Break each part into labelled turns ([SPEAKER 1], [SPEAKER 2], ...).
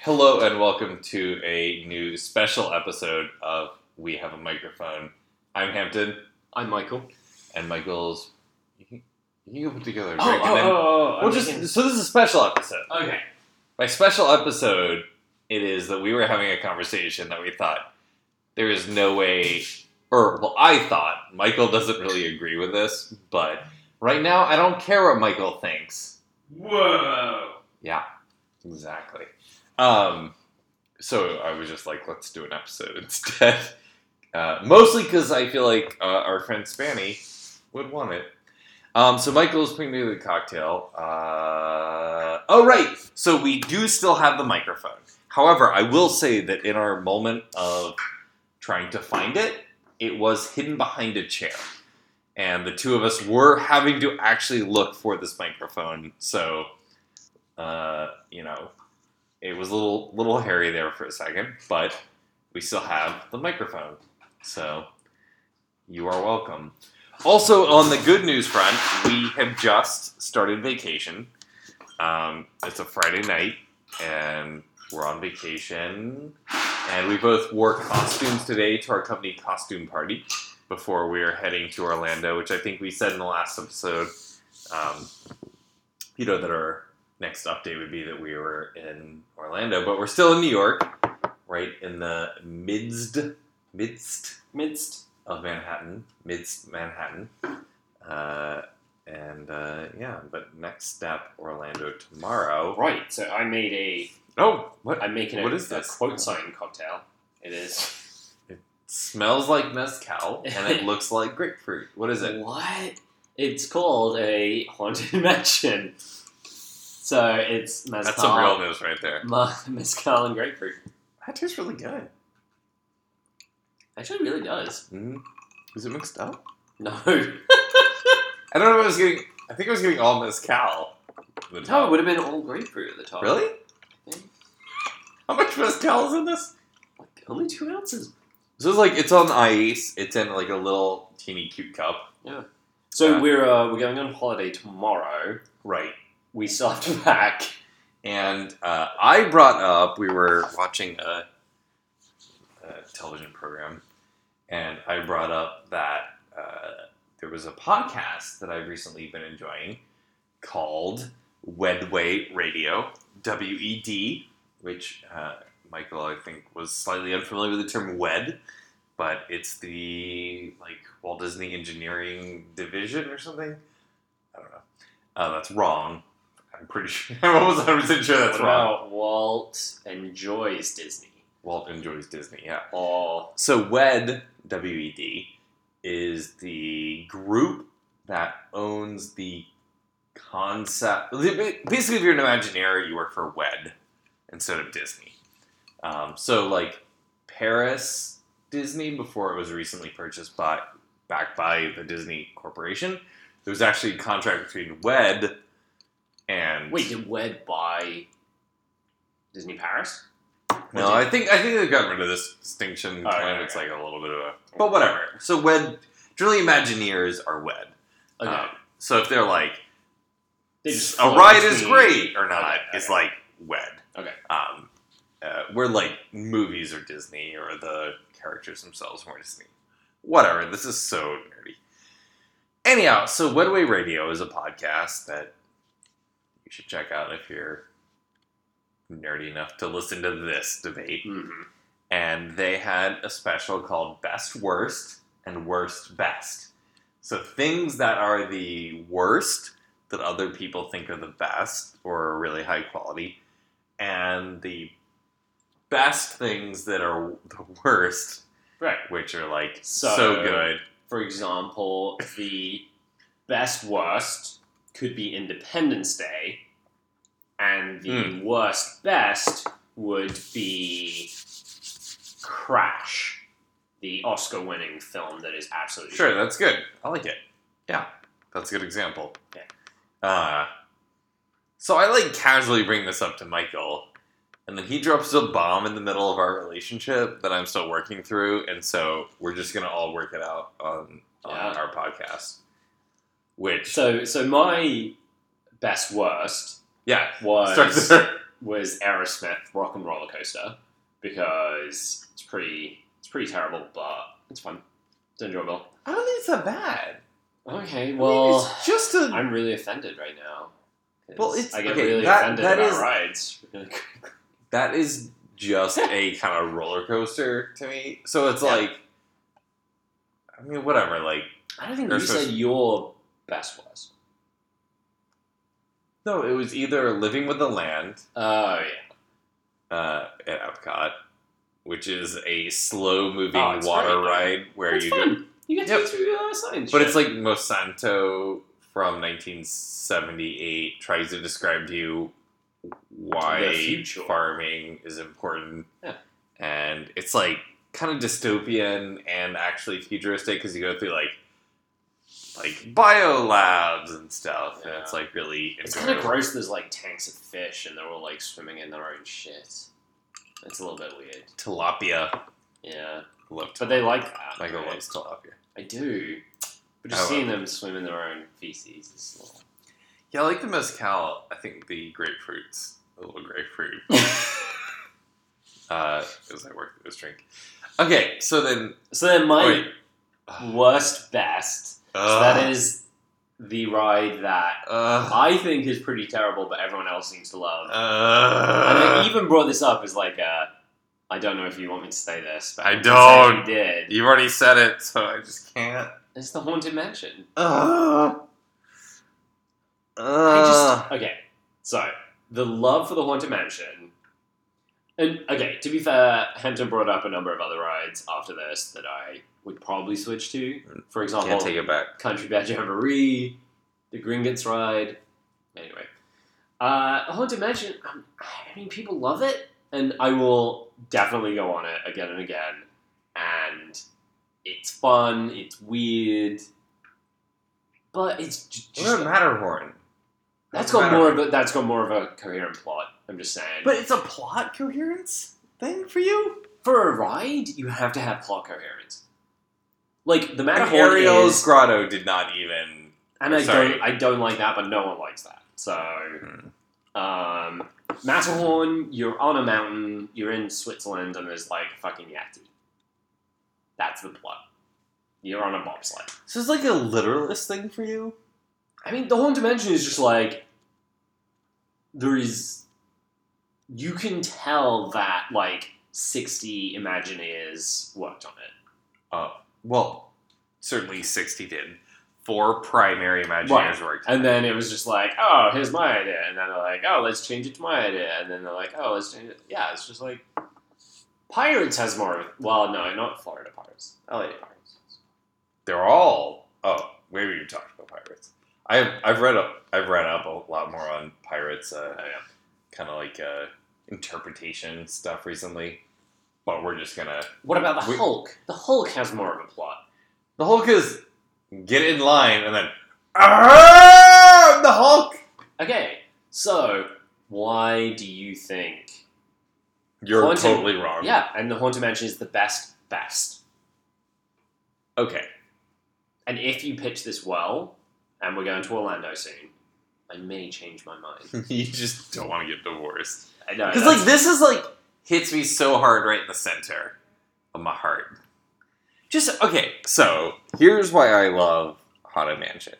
[SPEAKER 1] Hello and welcome to a new special episode of We Have a Microphone. I'm Hampton,
[SPEAKER 2] I'm Michael.
[SPEAKER 1] and Michael's. You can, you can put together a
[SPEAKER 2] Oh,
[SPEAKER 1] drink,
[SPEAKER 2] oh,
[SPEAKER 1] and then
[SPEAKER 2] oh, oh,
[SPEAKER 1] we'll
[SPEAKER 2] I'm
[SPEAKER 1] just.
[SPEAKER 2] making-
[SPEAKER 1] So this is a special episode.
[SPEAKER 2] okay.
[SPEAKER 1] By special episode, it is that we were having a conversation that we thought there is no way, or well, I thought Michael doesn't really agree with this, but right now I don't care what Michael thinks.
[SPEAKER 2] Whoa.
[SPEAKER 1] Exactly. Um, so I was just like, let's do an episode instead. Uh, mostly because I feel like uh, our friend Spanny would want it. Um, so Michael's putting together the cocktail. Uh, oh, right. So we do still have the microphone. However, I will say that in our moment of trying to find it, it was hidden behind a chair. And the two of us were having to actually look for this microphone. So uh, you know, it was a little little hairy there for a second, but we still have the microphone. So you are welcome. Also, on the good news front, we have just started vacation. Um, it's a Friday night, and we're on vacation. And we both wore costumes today to our company costume party before we are heading to Orlando, which I think we said in the last episode. Um, you know, that our next update would be that we were in Orlando, but we're still in New York, right in the midst midst
[SPEAKER 2] Midst.
[SPEAKER 1] of Manhattan, midst Manhattan. Uh, and uh, yeah, but next step Orlando tomorrow.
[SPEAKER 2] Right. So I made a.
[SPEAKER 1] Oh, what
[SPEAKER 2] I'm making a,
[SPEAKER 1] What is
[SPEAKER 2] a
[SPEAKER 1] this?
[SPEAKER 2] quote sign cocktail. It is.
[SPEAKER 1] smells like mezcal and it looks like grapefruit. What is it?
[SPEAKER 2] What? It's called a haunted mansion. So it's mezcal.
[SPEAKER 1] That's some real news right there.
[SPEAKER 2] ma- mezcal and grapefruit.
[SPEAKER 1] That tastes really good.
[SPEAKER 2] Actually, it really does.
[SPEAKER 1] Mm. Is it mixed up?
[SPEAKER 2] No.
[SPEAKER 1] I don't know. If I was getting. I think I was getting all mezcal. The
[SPEAKER 2] no,
[SPEAKER 1] top.
[SPEAKER 2] it would have been all grapefruit at the top.
[SPEAKER 1] Really? How much mezcal is in this?
[SPEAKER 2] Like, only two ounces.
[SPEAKER 1] This is like it's on ice. It's in like a little teeny cute cup.
[SPEAKER 2] So
[SPEAKER 1] Yeah.
[SPEAKER 2] we're uh, we're going on holiday tomorrow.
[SPEAKER 1] Right.
[SPEAKER 2] We still have to pack.
[SPEAKER 1] And uh, I brought up we were watching a, a uh, television program, and I brought up that uh, there was a podcast that I've recently been enjoying called Wedway Radio, W E D, which uh, Michael I think was slightly unfamiliar with the term wed, but it's the like Walt Disney Engineering Division or something. I don't know. Uh, that's wrong. I'm pretty sure. I'm almost 100 percent sure that's
[SPEAKER 2] what
[SPEAKER 1] wrong.
[SPEAKER 2] about Walt enjoys Disney?
[SPEAKER 1] Walt enjoys Disney. Yeah.
[SPEAKER 2] Or
[SPEAKER 1] So WED, W E D, is the group that owns the concept. Basically, if you're an Imagineer, you work for WED instead of Disney. Um, so, like Paris Disney, before it was recently purchased by back by the Disney Corporation, there was actually a contract between WED and
[SPEAKER 2] wait, did Wed buy Disney Paris?
[SPEAKER 1] No, I think I think they've gotten rid of this distinction.
[SPEAKER 2] Oh,
[SPEAKER 1] kind of,
[SPEAKER 2] yeah,
[SPEAKER 1] it's like a little bit of a, but whatever. So wed, generally Imagineers are wed.
[SPEAKER 2] Okay.
[SPEAKER 1] Um, so if they're like
[SPEAKER 2] They just
[SPEAKER 1] a
[SPEAKER 2] follow
[SPEAKER 1] ride is
[SPEAKER 2] Disney.
[SPEAKER 1] great or not,
[SPEAKER 2] Okay,
[SPEAKER 1] it's
[SPEAKER 2] okay.
[SPEAKER 1] like wed.
[SPEAKER 2] Okay.
[SPEAKER 1] Um, uh, we're like movies or Disney or the characters themselves more Disney. Whatever. This is so nerdy. Anyhow, so Wedway Radio is a podcast that you should check out if you're nerdy enough to listen to this debate
[SPEAKER 2] Mhm.
[SPEAKER 1] and they had a special called Best Worst and Worst Best. So things that are the worst that other people think are the best or are really high quality, and the best things that are the worst,
[SPEAKER 2] Right.
[SPEAKER 1] which are like so,
[SPEAKER 2] So-
[SPEAKER 1] good.
[SPEAKER 2] For example, the best worst could be Independence Day, and the
[SPEAKER 1] Mm.
[SPEAKER 2] worst best would be Crash, the Oscar-winning film that is absolutely
[SPEAKER 1] Sure, that's good. I like it. Yeah, that's a good example.
[SPEAKER 2] Okay.
[SPEAKER 1] Uh, so I like casually bring this up to Michael, and then he drops a bomb in the middle of our relationship that I'm still working through, and so we're just gonna all work it out on, on
[SPEAKER 2] Yeah.
[SPEAKER 1] our podcast. Which
[SPEAKER 2] So, so my best worst
[SPEAKER 1] yeah,
[SPEAKER 2] was
[SPEAKER 1] starts there.
[SPEAKER 2] was Aerosmith Rock and Roller Coaster because it's pretty it's pretty terrible, but it's fun. It's enjoyable.
[SPEAKER 1] I don't think it's that bad.
[SPEAKER 2] Okay,
[SPEAKER 1] I mean,
[SPEAKER 2] well
[SPEAKER 1] it's just a.
[SPEAKER 2] I'm really offended right now. 'cause
[SPEAKER 1] Well, it's-
[SPEAKER 2] I get
[SPEAKER 1] okay,
[SPEAKER 2] really
[SPEAKER 1] that-
[SPEAKER 2] offended
[SPEAKER 1] that
[SPEAKER 2] about
[SPEAKER 1] is-
[SPEAKER 2] rides.
[SPEAKER 1] that is just a kind of roller coaster to me. So it's
[SPEAKER 2] Yeah.
[SPEAKER 1] like, I mean, whatever. Like,
[SPEAKER 2] I don't think
[SPEAKER 1] They're
[SPEAKER 2] you said
[SPEAKER 1] supposed-
[SPEAKER 2] your best was.
[SPEAKER 1] no, it was either Living with the Land
[SPEAKER 2] Oh yeah.
[SPEAKER 1] uh, at Epcot, which is a slow moving
[SPEAKER 2] Oh, it's
[SPEAKER 1] water
[SPEAKER 2] great.
[SPEAKER 1] ride where
[SPEAKER 2] It's
[SPEAKER 1] you go.
[SPEAKER 2] fun. You get to
[SPEAKER 1] Yep.
[SPEAKER 2] go through uh, signs.
[SPEAKER 1] But it's like Monsanto from 1978 tries to describe to you
[SPEAKER 2] The
[SPEAKER 1] why
[SPEAKER 2] future.
[SPEAKER 1] farming is important.
[SPEAKER 2] Yeah.
[SPEAKER 1] And it's like kind of dystopian and actually futuristic because you go through like like bio labs and stuff. And it's
[SPEAKER 2] Yeah.
[SPEAKER 1] like really
[SPEAKER 2] It's kind of
[SPEAKER 1] enjoyable.
[SPEAKER 2] gross. There's like tanks of fish, and they're all like swimming in their own shit. It's a little bit weird.
[SPEAKER 1] tilapia.
[SPEAKER 2] Yeah,
[SPEAKER 1] Love
[SPEAKER 2] but they like that.
[SPEAKER 1] Michael
[SPEAKER 2] right?
[SPEAKER 1] loves tilapia.
[SPEAKER 2] I do. But
[SPEAKER 1] I
[SPEAKER 2] just
[SPEAKER 1] love
[SPEAKER 2] seeing
[SPEAKER 1] it.
[SPEAKER 2] them swim in their own feces is a little.
[SPEAKER 1] Yeah, I like the mezcal. I think the grapefruits, the little grapefruit uh, as I work this drink. Okay, so then
[SPEAKER 2] so then my
[SPEAKER 1] Wait. Ah.
[SPEAKER 2] worst best. so that is the ride that
[SPEAKER 1] Uh,
[SPEAKER 2] I think is pretty terrible, but everyone else seems to love.
[SPEAKER 1] uh,
[SPEAKER 2] and
[SPEAKER 1] Ah.
[SPEAKER 2] I even brought this up as like a. I don't know if you want me to say this, but
[SPEAKER 1] I
[SPEAKER 2] I'm gonna say
[SPEAKER 1] don't.
[SPEAKER 2] I did.
[SPEAKER 1] you've already said it, so I just can't.
[SPEAKER 2] It's the haunted mansion.
[SPEAKER 1] Uh,
[SPEAKER 2] I
[SPEAKER 1] uh,
[SPEAKER 2] just Ah. okay. So the love for the haunted mansion, and okay. To be fair, Hampton brought up a number of other rides after this that I would probably switch to. For example,
[SPEAKER 1] can't take it back.
[SPEAKER 2] Country Bear Jamboree, the Gringotts ride. Anyway, uh, haunted mansion. Um, I mean, people love it, and I will definitely go on it again and again. And it's fun. It's weird. But it's j-
[SPEAKER 1] What
[SPEAKER 2] just
[SPEAKER 1] about Matterhorn?
[SPEAKER 2] that's
[SPEAKER 1] What
[SPEAKER 2] got
[SPEAKER 1] about
[SPEAKER 2] more
[SPEAKER 1] Matterhorn?
[SPEAKER 2] of a that's got more of a coherent plot. I'm just saying.
[SPEAKER 1] But it's a plot coherence thing for you.
[SPEAKER 2] for a ride, you have to have plot coherence. Like the
[SPEAKER 1] And
[SPEAKER 2] Matterhorn
[SPEAKER 1] Ariel's
[SPEAKER 2] is,
[SPEAKER 1] grotto did not even.
[SPEAKER 2] and I
[SPEAKER 1] sorry.
[SPEAKER 2] don't I don't like that, but no one likes that. So, um, Matterhorn, you're on a mountain, you're in Switzerland, and there's like a fucking yeti. That's the plot. You're on a bobsled.
[SPEAKER 1] So it's like a literalist thing for you.
[SPEAKER 2] I mean, the whole dimension is just like there is. You can tell that like sixty Imagineers worked on it.
[SPEAKER 1] Well, certainly sixty did. Four primary Imagineers worked.
[SPEAKER 2] And then it was just like, oh, here's my idea. And then they're like, oh, let's change it to my idea. And then they're like, oh, let's change it. Yeah, it's just like Pirates has more. of- Well, no, not Florida Pirates. LA Pirates.
[SPEAKER 1] they're all oh maybe you talked about pirates i've i've read up i've read up a lot more on pirates
[SPEAKER 2] Oh,
[SPEAKER 1] uh,
[SPEAKER 2] yeah.
[SPEAKER 1] kind of like uh, interpretation stuff recently but we're just gonna
[SPEAKER 2] What about the
[SPEAKER 1] We-
[SPEAKER 2] Hulk? The Hulk has more of a plot.
[SPEAKER 1] the hulk is get in line and then "Ah, the hulk
[SPEAKER 2] Okay, so why do you think
[SPEAKER 1] you're
[SPEAKER 2] Haunted-
[SPEAKER 1] totally wrong
[SPEAKER 2] Yeah, and the Haunted Mansion is the best, best.
[SPEAKER 1] okay
[SPEAKER 2] And if you pitch this well, and we're going to Orlando soon, I may change my mind.
[SPEAKER 1] you just don't want to get divorced
[SPEAKER 2] I know.
[SPEAKER 1] because
[SPEAKER 2] that's-
[SPEAKER 1] like this is like hits me so hard right in the center of my heart just okay so here's why i love haunted mansion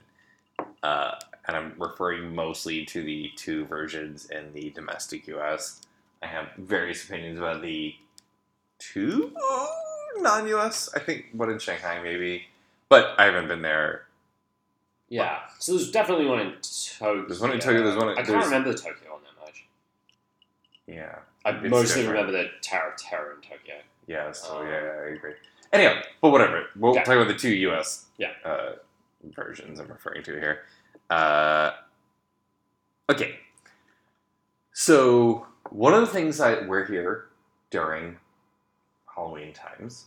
[SPEAKER 1] uh, and i'm referring mostly to the two versions in the domestic us i have various opinions about the two non-us i think one in shanghai maybe but i haven't been there
[SPEAKER 2] yeah. So there's definitely one in Tokyo.
[SPEAKER 1] There's one in Tokyo, there's one in-
[SPEAKER 2] I can't
[SPEAKER 1] there's-
[SPEAKER 2] remember the Tokyo one that much.
[SPEAKER 1] yeah
[SPEAKER 2] I
[SPEAKER 1] It's
[SPEAKER 2] mostly
[SPEAKER 1] different.
[SPEAKER 2] remember the Tower of Terror in Tokyo.
[SPEAKER 1] Yeah, so
[SPEAKER 2] Um,
[SPEAKER 1] yeah, yeah, I agree. Anyhow, but whatever. We'll
[SPEAKER 2] Okay.
[SPEAKER 1] talk about the two U.S.
[SPEAKER 2] Yeah.
[SPEAKER 1] Uh, versions I'm referring to here. Uh, okay. So one of the things I we're here during Halloween times,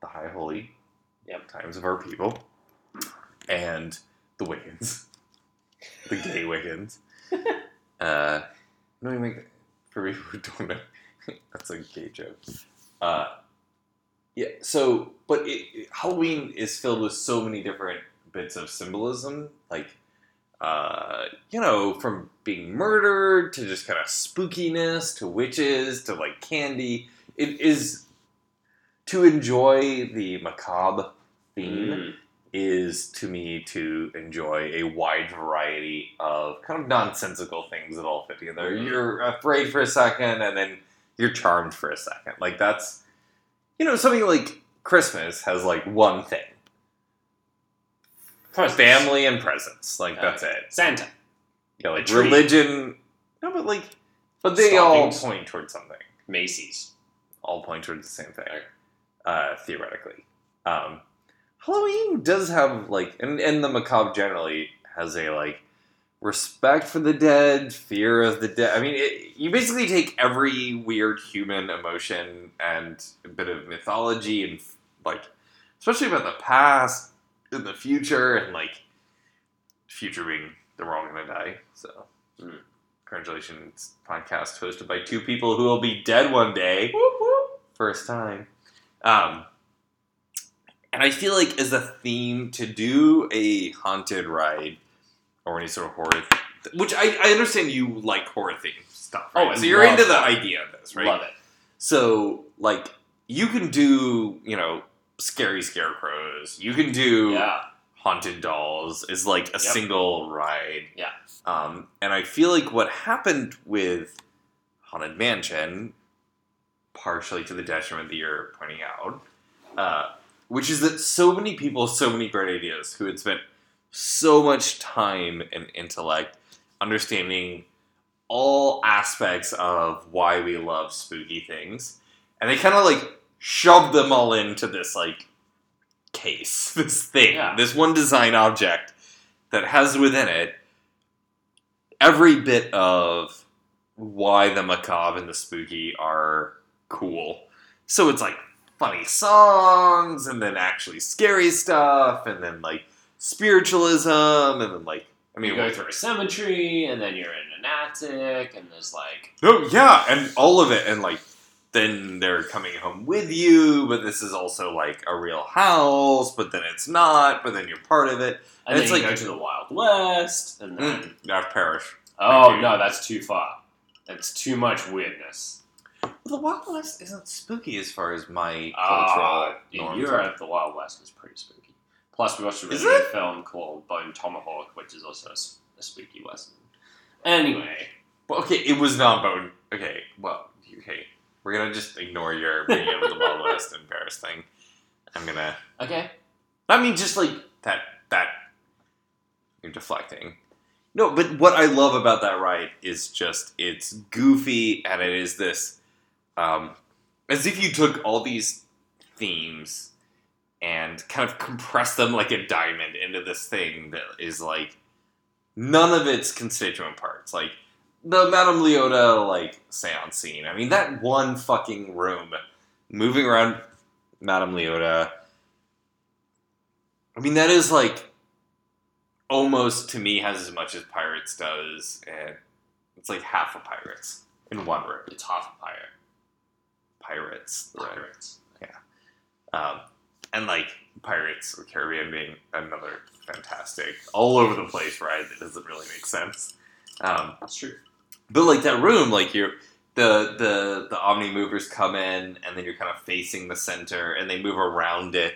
[SPEAKER 1] the high holy
[SPEAKER 2] Yep.
[SPEAKER 1] times of our people, and the Wiccans, the gay Wiccans. uh, no, you make for people who don't know, that's a gay joke. Uh, yeah. So, but it, it- Halloween is filled with so many different bits of symbolism, like uh, you know, from being murdered to just kind of spookiness to witches to like candy. It is to enjoy the macabre theme
[SPEAKER 2] Mm.
[SPEAKER 1] is to me to enjoy a wide variety of kind of nonsensical things that all fit together.
[SPEAKER 2] Mhm.
[SPEAKER 1] You're afraid for a second, and then you're charmed for a second. Like that's, you know, something like Christmas has like one thing: family and presents. Like that's it.
[SPEAKER 2] Santa.
[SPEAKER 1] Yeah, like
[SPEAKER 2] tree.
[SPEAKER 1] religion. No, but like, but they
[SPEAKER 2] Stockings.
[SPEAKER 1] all point towards something.
[SPEAKER 2] Macy's.
[SPEAKER 1] All point towards the same thing,
[SPEAKER 2] Right.
[SPEAKER 1] uh, theoretically. Um, Halloween does have like, and and the macabre generally has a like respect for the dead, fear of the dead. I mean, it, you basically take every weird human emotion and a bit of mythology and like, especially about the past and the future and like future being the wrong gonna die. So,
[SPEAKER 2] Mm.
[SPEAKER 1] congratulations, podcast hosted by two people who will be dead one day, first time. Um, and I feel like as a theme to do a haunted ride or any sort of horror, th- which I, I understand you like horror theme stuff.
[SPEAKER 2] Oh,
[SPEAKER 1] Right?
[SPEAKER 2] I
[SPEAKER 1] so you're
[SPEAKER 2] love
[SPEAKER 1] into the
[SPEAKER 2] horror.
[SPEAKER 1] idea of this, right?
[SPEAKER 2] Love it.
[SPEAKER 1] So like you can do you know scary scarecrows. You can do
[SPEAKER 2] Yeah.
[SPEAKER 1] haunted dolls is like a
[SPEAKER 2] Yep.
[SPEAKER 1] single ride.
[SPEAKER 2] Yeah.
[SPEAKER 1] Um, and I feel like what happened with Haunted Mansion, partially to the detriment that you're pointing out, uh, which is that so many people, so many great ideas, who had spent so much time and intellect understanding all aspects of why we love spooky things, and they kind of like shoved them all into this like case, this thing,
[SPEAKER 2] Yeah.
[SPEAKER 1] this one design object that has within it every bit of why the macabre and the spooky are cool. So it's like funny songs and then actually scary stuff and then like spiritualism and then like I mean
[SPEAKER 2] you go through a cemetery, and then you're in an attic, and there's like
[SPEAKER 1] No, yeah, and all of it, and like then they're coming home with you, but this is also like a real house, but then it's not, but then you're part of it.
[SPEAKER 2] And
[SPEAKER 1] It's
[SPEAKER 2] then you
[SPEAKER 1] like-
[SPEAKER 2] go to the Wild West, and then
[SPEAKER 1] Mm, I've perished.
[SPEAKER 2] oh
[SPEAKER 1] Mhm.
[SPEAKER 2] no, that's too far. That's too much weirdness.
[SPEAKER 1] Well, the Wild West isn't spooky as far as my
[SPEAKER 2] Ah,
[SPEAKER 1] cultural
[SPEAKER 2] in
[SPEAKER 1] norms.
[SPEAKER 2] Europe, the Wild West is pretty spooky. Plus, we watched a really
[SPEAKER 1] Is
[SPEAKER 2] good film called Bone Tomahawk, which is also a, s- a spooky western. Anyway,
[SPEAKER 1] Well, okay, it was not bone. Okay, well, okay, we're gonna just ignore your being able to Wild West and Paris thing. I'm gonna.
[SPEAKER 2] okay,
[SPEAKER 1] I mean, just like that. That you're deflecting. No, but what I love about that ride is just it's goofy and it is this, um, as if you took all these themes and kind of compressed them like a diamond into this thing that is like none of its constituent parts. Like the Madame Leota like seance scene. I mean, that one fucking room moving around Madame Leota. I mean, that is like almost to me has as much as Pirates does, and it's like half of Pirates in one room.
[SPEAKER 2] it's half a pirate.
[SPEAKER 1] Pirates, right?
[SPEAKER 2] Pirates.
[SPEAKER 1] Um, and like Pirates of the Caribbean being another fantastic, all over the place ride that doesn't really make sense. Um,
[SPEAKER 2] That's true.
[SPEAKER 1] but like that room, like you're the the the omni movers come in, and then you're kind of facing the center, and they move around it,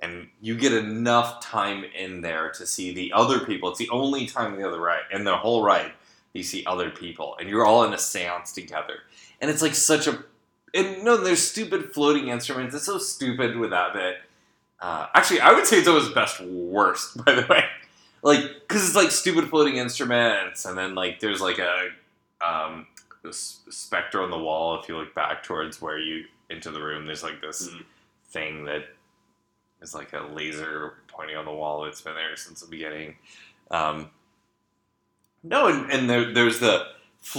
[SPEAKER 1] and you get enough time in there to see the other people. It's the only time in the other ride, in the whole ride, you see other people, and you're all in a séance together, and it's like such a and no, there's stupid floating instruments. It's so stupid with that bit. Uh, actually, I would say it's always best worst, by the way. Like, because it's like stupid floating instruments, and then like there's like a um, this specter on the wall. If you look back towards where you into the room, there's like this
[SPEAKER 2] Mm.
[SPEAKER 1] thing that is like a laser pointing on the wall. It's been there since the beginning. Um, no, and, and there, there's the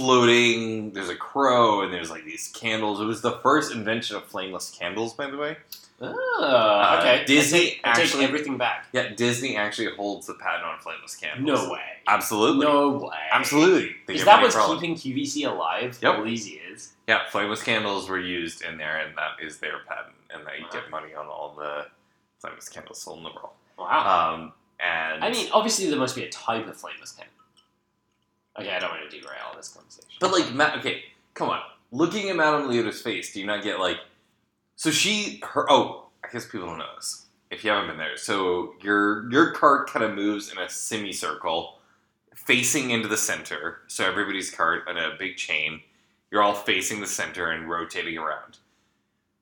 [SPEAKER 1] floating. There's a crow, and there's like these candles. It was the first invention of flameless candles, by the way.
[SPEAKER 2] Ah,
[SPEAKER 1] Uh,
[SPEAKER 2] okay.
[SPEAKER 1] Disney
[SPEAKER 2] I take, I take
[SPEAKER 1] actually-
[SPEAKER 2] everything back.
[SPEAKER 1] Yeah, Disney actually holds the patent on flameless candles.
[SPEAKER 2] No way.
[SPEAKER 1] absolutely,
[SPEAKER 2] No way.
[SPEAKER 1] absolutely. They
[SPEAKER 2] Is
[SPEAKER 1] give
[SPEAKER 2] that
[SPEAKER 1] money
[SPEAKER 2] what's
[SPEAKER 1] for all of it.
[SPEAKER 2] keeping QVC alive
[SPEAKER 1] Yep.
[SPEAKER 2] all these years?
[SPEAKER 1] Yeah, flameless candles were used in there, and that is their patent, and they
[SPEAKER 2] Wow.
[SPEAKER 1] get money on all the flameless candles sold in the world.
[SPEAKER 2] Wow.
[SPEAKER 1] Um, and
[SPEAKER 2] I mean, obviously there must be a type of flameless cannon. Okay, I don't want to derail this conversation.
[SPEAKER 1] But like, Ma- okay, come on. Looking at Madame Leota's face, do you not get like? So she, her. Oh, I guess people don't know this if you haven't been there. So your your cart kind of moves in a semicircle, facing into the center. So everybody's cart on a big chain. You're all facing the center and rotating around.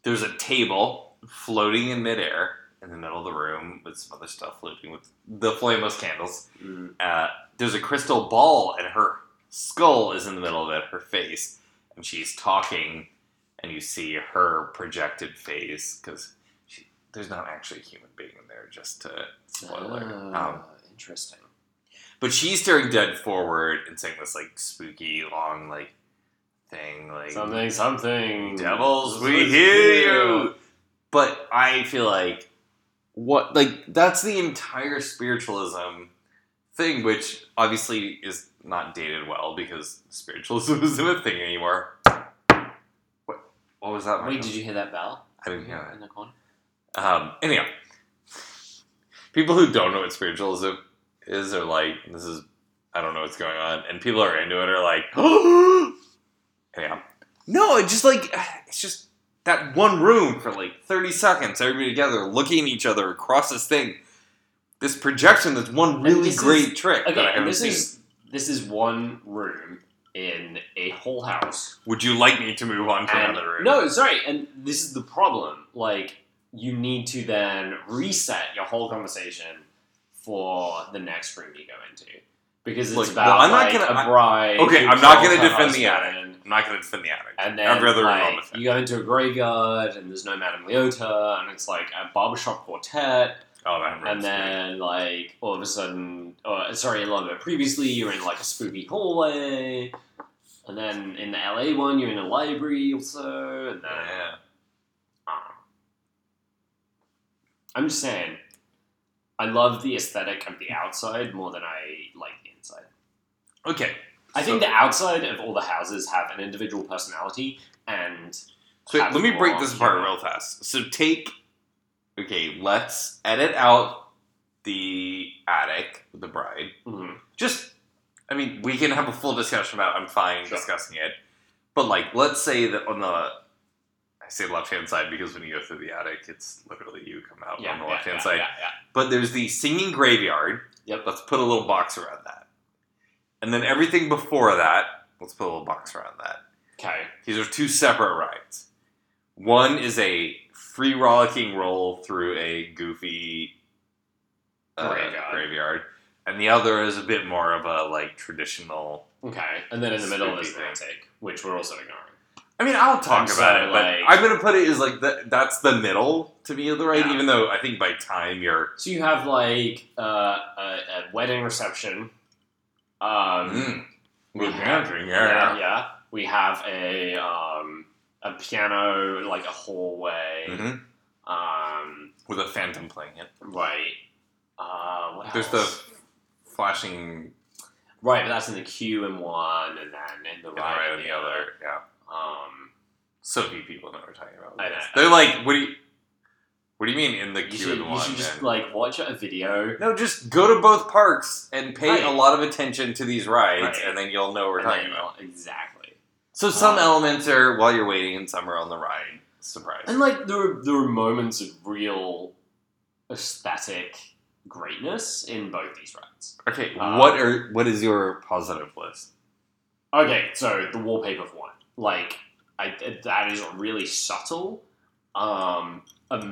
[SPEAKER 1] There's a table floating in midair in the middle of the room with some other stuff floating with the flameless candles.
[SPEAKER 2] Mm.
[SPEAKER 1] Uh, there's a crystal ball, and her skull is in the middle of it, her face, and she's talking, and you see her projected face because there's not actually a human being in there. Just to spoiler, um,
[SPEAKER 2] Ah, interesting.
[SPEAKER 1] but she's staring dead forward and saying this like spooky long like thing like
[SPEAKER 2] Something, something.
[SPEAKER 1] devils, we
[SPEAKER 2] Let's
[SPEAKER 1] hear
[SPEAKER 2] do.
[SPEAKER 1] you. But I feel like what like that's the entire spiritualism thing, which obviously is not dated well because spiritualism isn't a thing anymore. What what was that?
[SPEAKER 2] Wait,
[SPEAKER 1] Michael?
[SPEAKER 2] did you hear that bell?
[SPEAKER 1] I didn't hear
[SPEAKER 2] In the corner.
[SPEAKER 1] that. Um, anyhow, people who don't know what spiritualism is are like, this is I don't know what's going on, and people who are into it are like, anyhow. No, it's just like it's just that one room for like 30 seconds, everybody together looking at each other across this thing. This projection, that's one really
[SPEAKER 2] this is-
[SPEAKER 1] great trick that I
[SPEAKER 2] Okay, and
[SPEAKER 1] haven't
[SPEAKER 2] this
[SPEAKER 1] seen.
[SPEAKER 2] is this is one room in a whole house.
[SPEAKER 1] Would you like me to move on to
[SPEAKER 2] And-
[SPEAKER 1] another room?
[SPEAKER 2] No, sorry. And this is the problem. Like, you need to then reset your whole conversation for the next room you go into because it's
[SPEAKER 1] Like,
[SPEAKER 2] about
[SPEAKER 1] well, I'm not
[SPEAKER 2] like,
[SPEAKER 1] gonna-
[SPEAKER 2] a bride.
[SPEAKER 1] Okay,
[SPEAKER 2] who
[SPEAKER 1] I'm not
[SPEAKER 2] kills
[SPEAKER 1] gonna
[SPEAKER 2] her
[SPEAKER 1] defend the
[SPEAKER 2] husband,
[SPEAKER 1] I'm not going to defend the attic.
[SPEAKER 2] And then
[SPEAKER 1] Every other room
[SPEAKER 2] like,
[SPEAKER 1] I'll defend.
[SPEAKER 2] you go into a graveyard and there's no Madame Leota, and it's like a barbershop quartet.
[SPEAKER 1] Oh, that room's
[SPEAKER 2] And then, like, all of a sudden, uh, sorry, a little bit previously, you're in like a spooky hallway. And then in the LA one, you're in a library also. And
[SPEAKER 1] great.
[SPEAKER 2] then,
[SPEAKER 1] Yeah.
[SPEAKER 2] I am just saying, I love the aesthetic of the outside more than I like the inside.
[SPEAKER 1] Okay.
[SPEAKER 2] I
[SPEAKER 1] So-
[SPEAKER 2] think the outside of all the houses have an individual personality and
[SPEAKER 1] So
[SPEAKER 2] have
[SPEAKER 1] let me break
[SPEAKER 2] more
[SPEAKER 1] this apart
[SPEAKER 2] human-
[SPEAKER 1] real fast. So take, okay, let's edit out the attic with the bride.
[SPEAKER 2] Mhm.
[SPEAKER 1] Just, I mean, we can have a full discussion about. it. I'm fine
[SPEAKER 2] Sure.
[SPEAKER 1] discussing it, but like, let's say that on the, I say left hand side because when you go through the attic, it's literally you come out
[SPEAKER 2] Yeah,
[SPEAKER 1] on the
[SPEAKER 2] yeah,
[SPEAKER 1] left hand
[SPEAKER 2] yeah,
[SPEAKER 1] side.
[SPEAKER 2] yeah, yeah.
[SPEAKER 1] But there's the singing graveyard.
[SPEAKER 2] Yep.
[SPEAKER 1] Let's put a little box around that, and then everything before that, let's put a little box around that.
[SPEAKER 2] Okay.
[SPEAKER 1] These are two separate rides. One is a free rollicking roll through a goofy uh,
[SPEAKER 2] Graveyard.
[SPEAKER 1] graveyard, and the other is a bit more of a like traditional.
[SPEAKER 2] Okay. And then in the middle is
[SPEAKER 1] Spooky
[SPEAKER 2] the attic, which we're also ignoring.
[SPEAKER 1] I mean, I'll talk
[SPEAKER 2] I'm
[SPEAKER 1] about
[SPEAKER 2] sorry,
[SPEAKER 1] it,
[SPEAKER 2] like-
[SPEAKER 1] but I'm gonna put it as like the, that's the middle to me of the ride.
[SPEAKER 2] Yeah.
[SPEAKER 1] Even though I think by time you're
[SPEAKER 2] So you have like uh, a, a wedding reception. Um,
[SPEAKER 1] mm,
[SPEAKER 2] we have-
[SPEAKER 1] yeah,
[SPEAKER 2] yeah, yeah. We have a um, a piano, like a hallway.
[SPEAKER 1] Mhm.
[SPEAKER 2] Um,
[SPEAKER 1] with a phantom playing it.
[SPEAKER 2] right. Uh, what
[SPEAKER 1] There's the
[SPEAKER 2] else?
[SPEAKER 1] flashing
[SPEAKER 2] right, but that's in the queue in one, and then in the
[SPEAKER 1] right,
[SPEAKER 2] right
[SPEAKER 1] on the other. Yeah.
[SPEAKER 2] Um,
[SPEAKER 1] so few people know what we're talking about.
[SPEAKER 2] I know.
[SPEAKER 1] They're like, what do you, what do you mean in the
[SPEAKER 2] you
[SPEAKER 1] queue
[SPEAKER 2] should,
[SPEAKER 1] of the
[SPEAKER 2] you
[SPEAKER 1] one?
[SPEAKER 2] should just
[SPEAKER 1] man?
[SPEAKER 2] like watch a video,
[SPEAKER 1] no, just go to both parks and pay
[SPEAKER 2] Right.
[SPEAKER 1] a lot of attention to these rides,
[SPEAKER 2] Right.
[SPEAKER 1] and then you'll know what we're
[SPEAKER 2] and
[SPEAKER 1] talking
[SPEAKER 2] then
[SPEAKER 1] about.
[SPEAKER 2] you'll- exactly.
[SPEAKER 1] So some
[SPEAKER 2] Um,
[SPEAKER 1] elements are while you're waiting, and some are on the ride. Surprise.
[SPEAKER 2] And like there were there were moments of real aesthetic greatness in both these rides.
[SPEAKER 1] okay,
[SPEAKER 2] uh,
[SPEAKER 1] what are what is your positive list?
[SPEAKER 2] Okay, so the wallpaper for one, like I, that is really subtle, um,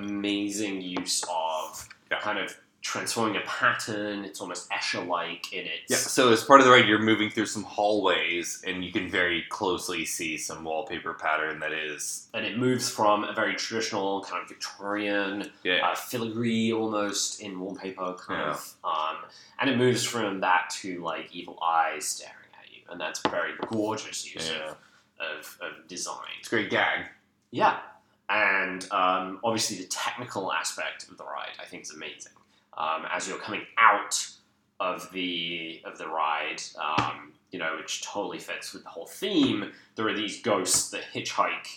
[SPEAKER 2] amazing use of
[SPEAKER 1] Yeah.
[SPEAKER 2] kind of transforming a pattern. It's almost Escher-like in its
[SPEAKER 1] Yeah. So as part of the ride, you're moving through some hallways, and you can very closely see some wallpaper pattern that is
[SPEAKER 2] and it moves from a very traditional kind of Victorian
[SPEAKER 1] yeah.
[SPEAKER 2] uh, filigree almost in wallpaper kind
[SPEAKER 1] Yeah.
[SPEAKER 2] of, um, and it moves from that to like evil eyes staring at you, and that's very gorgeous use
[SPEAKER 1] Yeah.
[SPEAKER 2] of, of, of design.
[SPEAKER 1] It's a great gag.
[SPEAKER 2] Yeah, and um, obviously the technical aspect of the ride I think is amazing. Um, as you're coming out of the of the ride, um, you know, which totally fits with the whole theme. There are these ghosts that hitchhike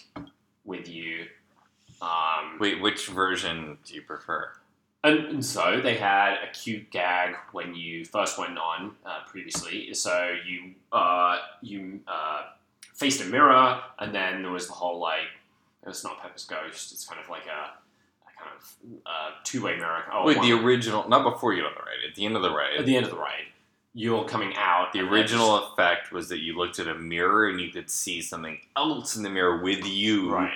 [SPEAKER 2] with you. Um,
[SPEAKER 1] Wait, which version do you prefer?
[SPEAKER 2] And, and so they had a cute gag when you first went on uh, previously. So you uh, you uh, faced a mirror, and then there was the whole like it's not Pepper's ghost. It's kind of like a, a kind of uh, two way mirror. Oh,
[SPEAKER 1] Wait,
[SPEAKER 2] one-
[SPEAKER 1] the original, not before you get on the ride, at the end of the
[SPEAKER 2] at
[SPEAKER 1] ride,
[SPEAKER 2] the end of the ride, you're coming out.
[SPEAKER 1] the
[SPEAKER 2] and
[SPEAKER 1] original effect was that you looked at a mirror and you could see something else in the mirror with
[SPEAKER 2] that's-
[SPEAKER 1] you,
[SPEAKER 2] right?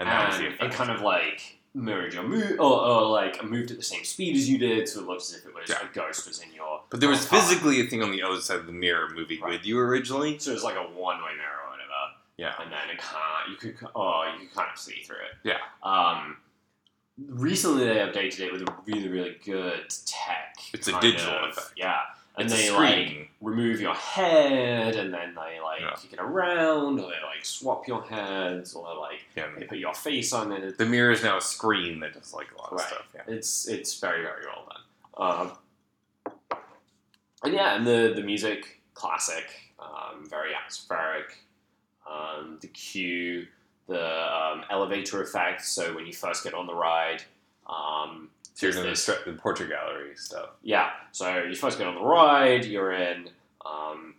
[SPEAKER 1] and that was the
[SPEAKER 2] and
[SPEAKER 1] effect.
[SPEAKER 2] it kind of like mirrored your move, or, or like moved at the same speed as you did, so it looks as if it was
[SPEAKER 1] Yeah.
[SPEAKER 2] a ghost was in your.
[SPEAKER 1] but there was
[SPEAKER 2] car.
[SPEAKER 1] physically a thing on the other side of the mirror moving
[SPEAKER 2] Right.
[SPEAKER 1] with you originally.
[SPEAKER 2] So it was like a one way mirror or whatever.
[SPEAKER 1] Yeah.
[SPEAKER 2] and then it kind of, you could oh you could kind of see through it.
[SPEAKER 1] Yeah.
[SPEAKER 2] Um, recently they updated it with a really really good tech.
[SPEAKER 1] It's a
[SPEAKER 2] kind
[SPEAKER 1] digital
[SPEAKER 2] of-
[SPEAKER 1] effect.
[SPEAKER 2] Yeah, and
[SPEAKER 1] It's a
[SPEAKER 2] they like
[SPEAKER 1] screen.
[SPEAKER 2] remove your head, and then they like
[SPEAKER 1] Yeah.
[SPEAKER 2] kick it around, or they like swap your heads, or like they
[SPEAKER 1] Yeah.
[SPEAKER 2] put your face on it.
[SPEAKER 1] The mirror is now a screen that does like a lot of
[SPEAKER 2] Right.
[SPEAKER 1] stuff. Yeah.
[SPEAKER 2] It's it's very very well done. Um, and yeah, and the the music classic, um, very atmospheric. Um, the cue, the um, elevator effect. So when you first get on the ride, um,
[SPEAKER 1] So you're
[SPEAKER 2] Is
[SPEAKER 1] in the,
[SPEAKER 2] this-
[SPEAKER 1] stra- the portrait gallery stuff.
[SPEAKER 2] yeah. So you first get on the ride, you're in. Um,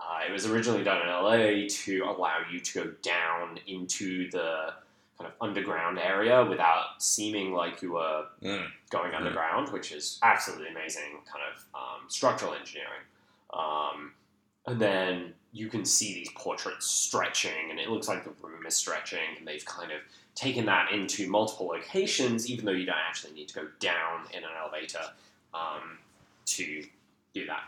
[SPEAKER 2] uh, it was originally done in LA to allow you to go down into the kind of underground area without seeming like you were
[SPEAKER 1] Mm.
[SPEAKER 2] going
[SPEAKER 1] Mhm.
[SPEAKER 2] underground, which is absolutely amazing kind of um, structural engineering. Um, and then you can see these portraits stretching, and it looks like the room is stretching, and they've kind of taken that into multiple locations, even though you don't actually need to go down in an elevator um, to do that.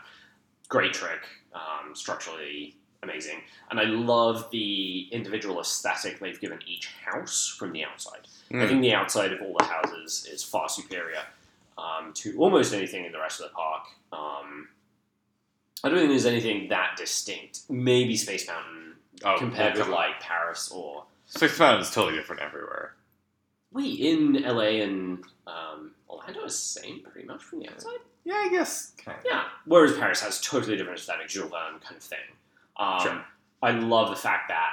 [SPEAKER 2] Great trick, um, structurally amazing. And I love the individual aesthetic they've given each house from the outside.
[SPEAKER 1] Hmm.
[SPEAKER 2] I think the outside of all the houses is far superior um, to almost anything in the rest of the park. Um, I don't think there's anything that distinct. Maybe Space Mountain
[SPEAKER 1] Oh,
[SPEAKER 2] compared
[SPEAKER 1] well,
[SPEAKER 2] with
[SPEAKER 1] come on.
[SPEAKER 2] like Paris or
[SPEAKER 1] Six Mountain's totally different everywhere.
[SPEAKER 2] wait in LA and um, Orlando is the same pretty much from the outside.
[SPEAKER 1] Yeah, I guess. Kind of.
[SPEAKER 2] Yeah. Whereas Paris has totally different aesthetic, Jules Verne kind of thing. Um,
[SPEAKER 1] Sure.
[SPEAKER 2] I love the fact that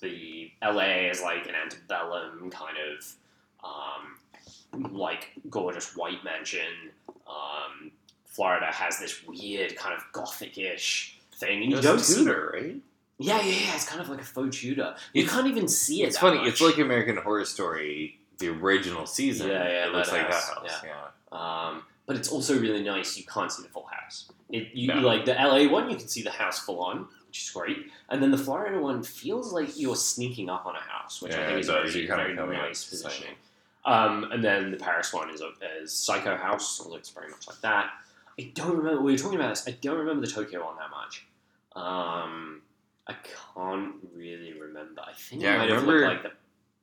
[SPEAKER 2] the LA is like an antebellum kind of um, like gorgeous white mansion. Um, Florida has this weird kind of gothic-ish thing, and you don't see.
[SPEAKER 1] right?
[SPEAKER 2] Yeah, yeah, yeah. It's kind of like a faux Tudor. You
[SPEAKER 1] It's-
[SPEAKER 2] can't even see it.
[SPEAKER 1] It's
[SPEAKER 2] that
[SPEAKER 1] funny.
[SPEAKER 2] much.
[SPEAKER 1] It's like American Horror Story, the original season.
[SPEAKER 2] Yeah, yeah,
[SPEAKER 1] It looks
[SPEAKER 2] that
[SPEAKER 1] like
[SPEAKER 2] house,
[SPEAKER 1] that house. Yeah.
[SPEAKER 2] Um, but it's also really nice. You can't see the full house. It, you,
[SPEAKER 1] No.
[SPEAKER 2] Like the LA one, you can see the house full on, which is great. And then the Florida one feels like you're sneaking up on a house, which I
[SPEAKER 1] Yeah,
[SPEAKER 2] think
[SPEAKER 1] it
[SPEAKER 2] is
[SPEAKER 1] does.
[SPEAKER 2] very,
[SPEAKER 1] You're kinda
[SPEAKER 2] very
[SPEAKER 1] coming up
[SPEAKER 2] nice
[SPEAKER 1] to the
[SPEAKER 2] positioning. Um, and then the Paris one is, a, is Psycho House. It looks very much like that. I don't remember. We were talking about this. I don't remember the Tokyo one that much. Um, I can't really remember. I think
[SPEAKER 1] Yeah,
[SPEAKER 2] it
[SPEAKER 1] I
[SPEAKER 2] might have
[SPEAKER 1] remember-
[SPEAKER 2] looked like the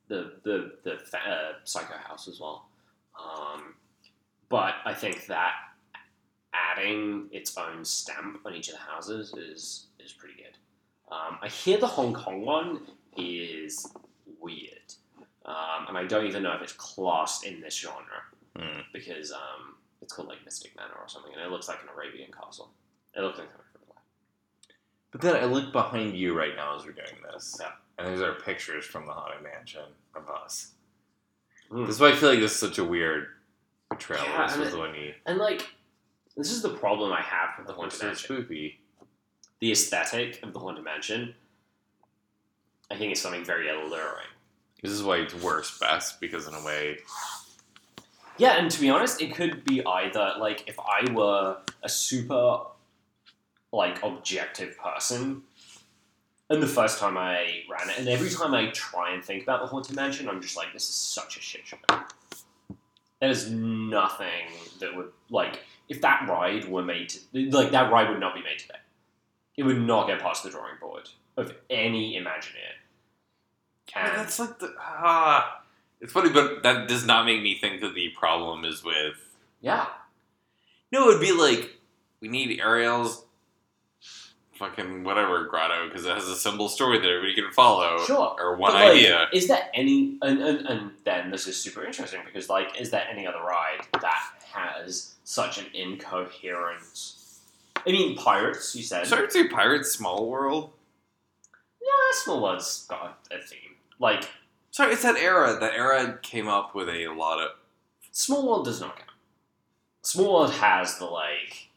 [SPEAKER 2] the the, the fa- uh, Psycho House as well. Um, but I think that adding its own stamp on each of the houses is is pretty good. Um, I hear the Hong Kong one is weird, um, and I don't even know if it's classed in this genre
[SPEAKER 1] Hmm.
[SPEAKER 2] because um, it's called like Mystic Manor or something, and it looks like an Arabian castle. It looks like something from the left.
[SPEAKER 1] But then I look behind you right now as we're doing this,
[SPEAKER 2] Yeah.
[SPEAKER 1] and there's our pictures from the Haunted Mansion of us.
[SPEAKER 2] Mm.
[SPEAKER 1] This is why I feel like this is such a weird portrayal.
[SPEAKER 2] Yeah,
[SPEAKER 1] this
[SPEAKER 2] and
[SPEAKER 1] was
[SPEAKER 2] it-
[SPEAKER 1] the one you.
[SPEAKER 2] And like, this is the problem I have with the Haunted
[SPEAKER 1] Which is
[SPEAKER 2] Mansion.
[SPEAKER 1] spoopy.
[SPEAKER 2] The aesthetic of the Haunted Mansion, I think, is something very alluring.
[SPEAKER 1] This is why it's worse best because in a way,
[SPEAKER 2] Yeah, and to be honest, it could be either. Like, if I were a super, like, objective person, and the first time I ran it, and every time I try and think about the Haunted Mansion, I'm just like, this is such a shit show. There's nothing that would, like, if that ride were made, to, like, that ride would not be made today. It would not get past the drawing board of any Imagineer.
[SPEAKER 1] But
[SPEAKER 2] And
[SPEAKER 1] that's like the ah. It's funny, but that does not make me think that the problem is with.
[SPEAKER 2] yeah,
[SPEAKER 1] No, it'd be like we need Ariel's fucking whatever grotto because it has a simple story that everybody can follow
[SPEAKER 2] sure.
[SPEAKER 1] or one
[SPEAKER 2] But, like,
[SPEAKER 1] idea.
[SPEAKER 2] Is there any and, and and then this is super interesting because like is there any other ride that has such an incoherent I mean pirates, you said.
[SPEAKER 1] So I would say Pirates Small World.
[SPEAKER 2] Yeah, small one's got a theme. Like
[SPEAKER 1] Sorry, it's that era. That era came up with a lot of
[SPEAKER 2] small world does not count. Small World has the like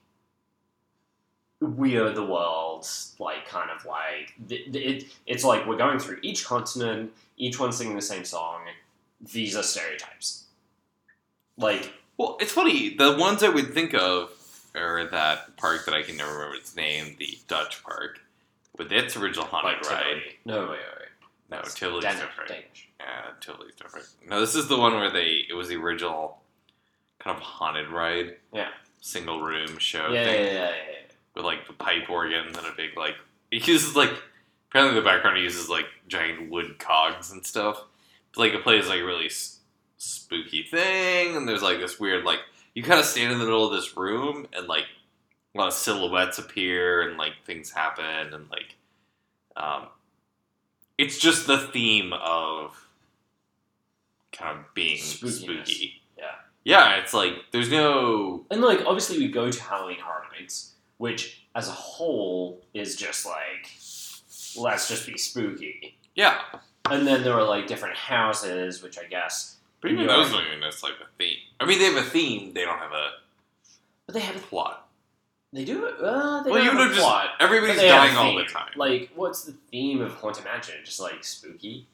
[SPEAKER 2] we are the world like kind of like th- th- it, it's like we're going through each continent each one singing the same song these are stereotypes like
[SPEAKER 1] Well, it's funny. The ones I would think of are that park that I can never remember its name, the Dutch park, with its original haunted
[SPEAKER 2] like
[SPEAKER 1] ride.
[SPEAKER 2] Tivoli. no wait wait wait
[SPEAKER 1] No,
[SPEAKER 2] That's
[SPEAKER 1] Tivoli's
[SPEAKER 2] Danish,
[SPEAKER 1] different.
[SPEAKER 2] Danish.
[SPEAKER 1] Yeah, Tivoli's different. No, this is the one where they it was the original kind of haunted ride.
[SPEAKER 2] Yeah.
[SPEAKER 1] Single room show
[SPEAKER 2] yeah, yeah,
[SPEAKER 1] thing
[SPEAKER 2] yeah, yeah, yeah.
[SPEAKER 1] with like the pipe organ and a big like he uses like apparently the background he uses like giant wood cogs and stuff. But like it plays like a really s- spooky thing, and there's like this weird like you kind of stand in the middle of this room and like a lot of silhouettes appear and like things happen and like um, it's just the theme of kind of being
[SPEAKER 2] Spookiness.
[SPEAKER 1] spooky.
[SPEAKER 2] Yeah.
[SPEAKER 1] Yeah, it's like there's no
[SPEAKER 2] And like obviously we go to Halloween Horror Nights, which as a whole is just like let's just be spooky.
[SPEAKER 1] yeah.
[SPEAKER 2] And then there are like different houses, which I guess
[SPEAKER 1] But even
[SPEAKER 2] Yeah.
[SPEAKER 1] those don't even necessarily have a theme. I mean, they have a theme. They don't have a
[SPEAKER 2] but they have
[SPEAKER 1] plot.
[SPEAKER 2] they do uh, they
[SPEAKER 1] well,
[SPEAKER 2] don't
[SPEAKER 1] you
[SPEAKER 2] have
[SPEAKER 1] would
[SPEAKER 2] a
[SPEAKER 1] have just
[SPEAKER 2] plot, but
[SPEAKER 1] everybody's
[SPEAKER 2] they have a
[SPEAKER 1] dying all the
[SPEAKER 2] theme.
[SPEAKER 1] time.
[SPEAKER 2] Like what's the theme of Haunted Mansion? Just like spooky.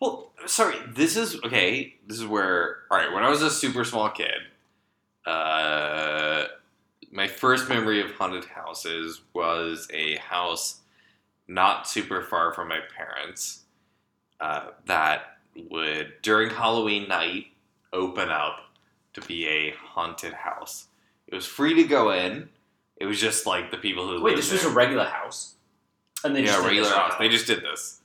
[SPEAKER 1] Well, sorry. This is okay. This is where all right. When I was a super small kid, uh, my first memory of haunted houses was a house not super far from my parents uh, that would during Halloween night open up to be a haunted house. It was free to go in. It was just like the people who
[SPEAKER 2] Wait,
[SPEAKER 1] lived
[SPEAKER 2] this was a
[SPEAKER 1] there.
[SPEAKER 2] regular house, and they
[SPEAKER 1] yeah
[SPEAKER 2] just did
[SPEAKER 1] regular
[SPEAKER 2] this
[SPEAKER 1] house. They just did this.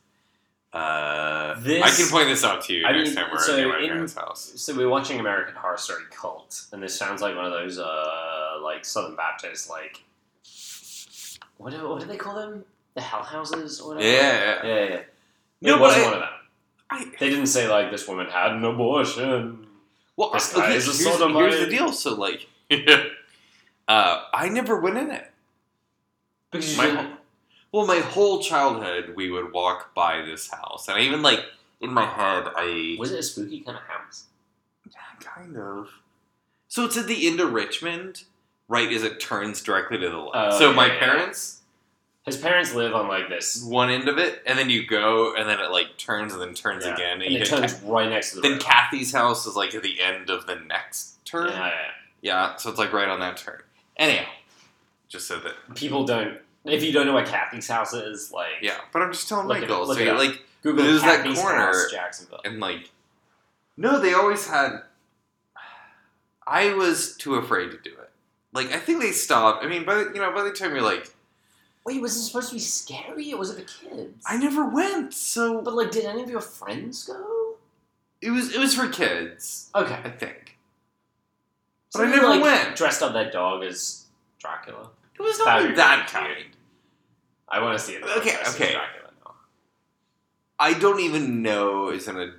[SPEAKER 1] Uh,
[SPEAKER 2] This-
[SPEAKER 1] I can point this out to you
[SPEAKER 2] I
[SPEAKER 1] next
[SPEAKER 2] mean,
[SPEAKER 1] time we're
[SPEAKER 2] so
[SPEAKER 1] near my
[SPEAKER 2] in-
[SPEAKER 1] parents' house.
[SPEAKER 2] So we're watching American Horror Story Cult, and this sounds like one of those uh, like Southern Baptist like what do, what do they call them? The Hell Houses or
[SPEAKER 1] Yeah,
[SPEAKER 2] whatever.
[SPEAKER 1] yeah.
[SPEAKER 2] yeah, yeah.
[SPEAKER 1] No,
[SPEAKER 2] it
[SPEAKER 1] but
[SPEAKER 2] wasn't
[SPEAKER 1] I-
[SPEAKER 2] one of them.
[SPEAKER 1] I,
[SPEAKER 2] They didn't say like this woman had an abortion.
[SPEAKER 1] well,
[SPEAKER 2] This
[SPEAKER 1] okay,
[SPEAKER 2] guy is a
[SPEAKER 1] here's,
[SPEAKER 2] sodomite.
[SPEAKER 1] here's the deal. So, like, uh, I never went in it.
[SPEAKER 2] Because you
[SPEAKER 1] My
[SPEAKER 2] didn't-
[SPEAKER 1] whole- well, my whole childhood, we would walk by this house, and I even like in my head, I
[SPEAKER 2] was it a spooky kind of house?
[SPEAKER 1] kind of. So it's at the end of Richmond, right as it turns directly to the left.
[SPEAKER 2] Oh,
[SPEAKER 1] so
[SPEAKER 2] yeah,
[SPEAKER 1] my
[SPEAKER 2] yeah, yeah.
[SPEAKER 1] parents.
[SPEAKER 2] His parents live on like this,
[SPEAKER 1] one end of it, and then you go, and then it like turns and then turns
[SPEAKER 2] Yeah.
[SPEAKER 1] again, and,
[SPEAKER 2] and
[SPEAKER 1] you
[SPEAKER 2] it
[SPEAKER 1] hit
[SPEAKER 2] turns
[SPEAKER 1] Ca-
[SPEAKER 2] right next to the
[SPEAKER 1] then
[SPEAKER 2] road.
[SPEAKER 1] Kathy's house is like at the end of the next turn.
[SPEAKER 2] Yeah,
[SPEAKER 1] Yeah,
[SPEAKER 2] yeah,
[SPEAKER 1] so it's like right on that turn. Anyhow, just so that
[SPEAKER 2] yeah. People don't. If you don't know what Kathy's house is, like
[SPEAKER 1] yeah, but I'm just telling
[SPEAKER 2] Look it
[SPEAKER 1] Michael.
[SPEAKER 2] up, look
[SPEAKER 1] so
[SPEAKER 2] it
[SPEAKER 1] you
[SPEAKER 2] up.
[SPEAKER 1] like
[SPEAKER 2] Google
[SPEAKER 1] There's that
[SPEAKER 2] Kathy's
[SPEAKER 1] corner.
[SPEAKER 2] house, Jacksonville.
[SPEAKER 1] and like, no, they always had. I was too afraid to do it. Like I think they stopped. I mean, by the, you know, by the time you're like,
[SPEAKER 2] Wait, was it supposed to be scary? Or was it for kids?
[SPEAKER 1] I never went, so
[SPEAKER 2] But like, did any of your friends go?
[SPEAKER 1] it was it was for kids,
[SPEAKER 2] Okay,
[SPEAKER 1] I think.
[SPEAKER 2] So
[SPEAKER 1] But I
[SPEAKER 2] they,
[SPEAKER 1] never
[SPEAKER 2] like,
[SPEAKER 1] went.
[SPEAKER 2] Dressed up that dog as Dracula.
[SPEAKER 1] It was
[SPEAKER 2] That would
[SPEAKER 1] not
[SPEAKER 2] be
[SPEAKER 1] that
[SPEAKER 2] pretty
[SPEAKER 1] kind.
[SPEAKER 2] cute. I want to see it.
[SPEAKER 1] Okay,
[SPEAKER 2] dressed as
[SPEAKER 1] okay.
[SPEAKER 2] Dracula now.
[SPEAKER 1] I don't even know as an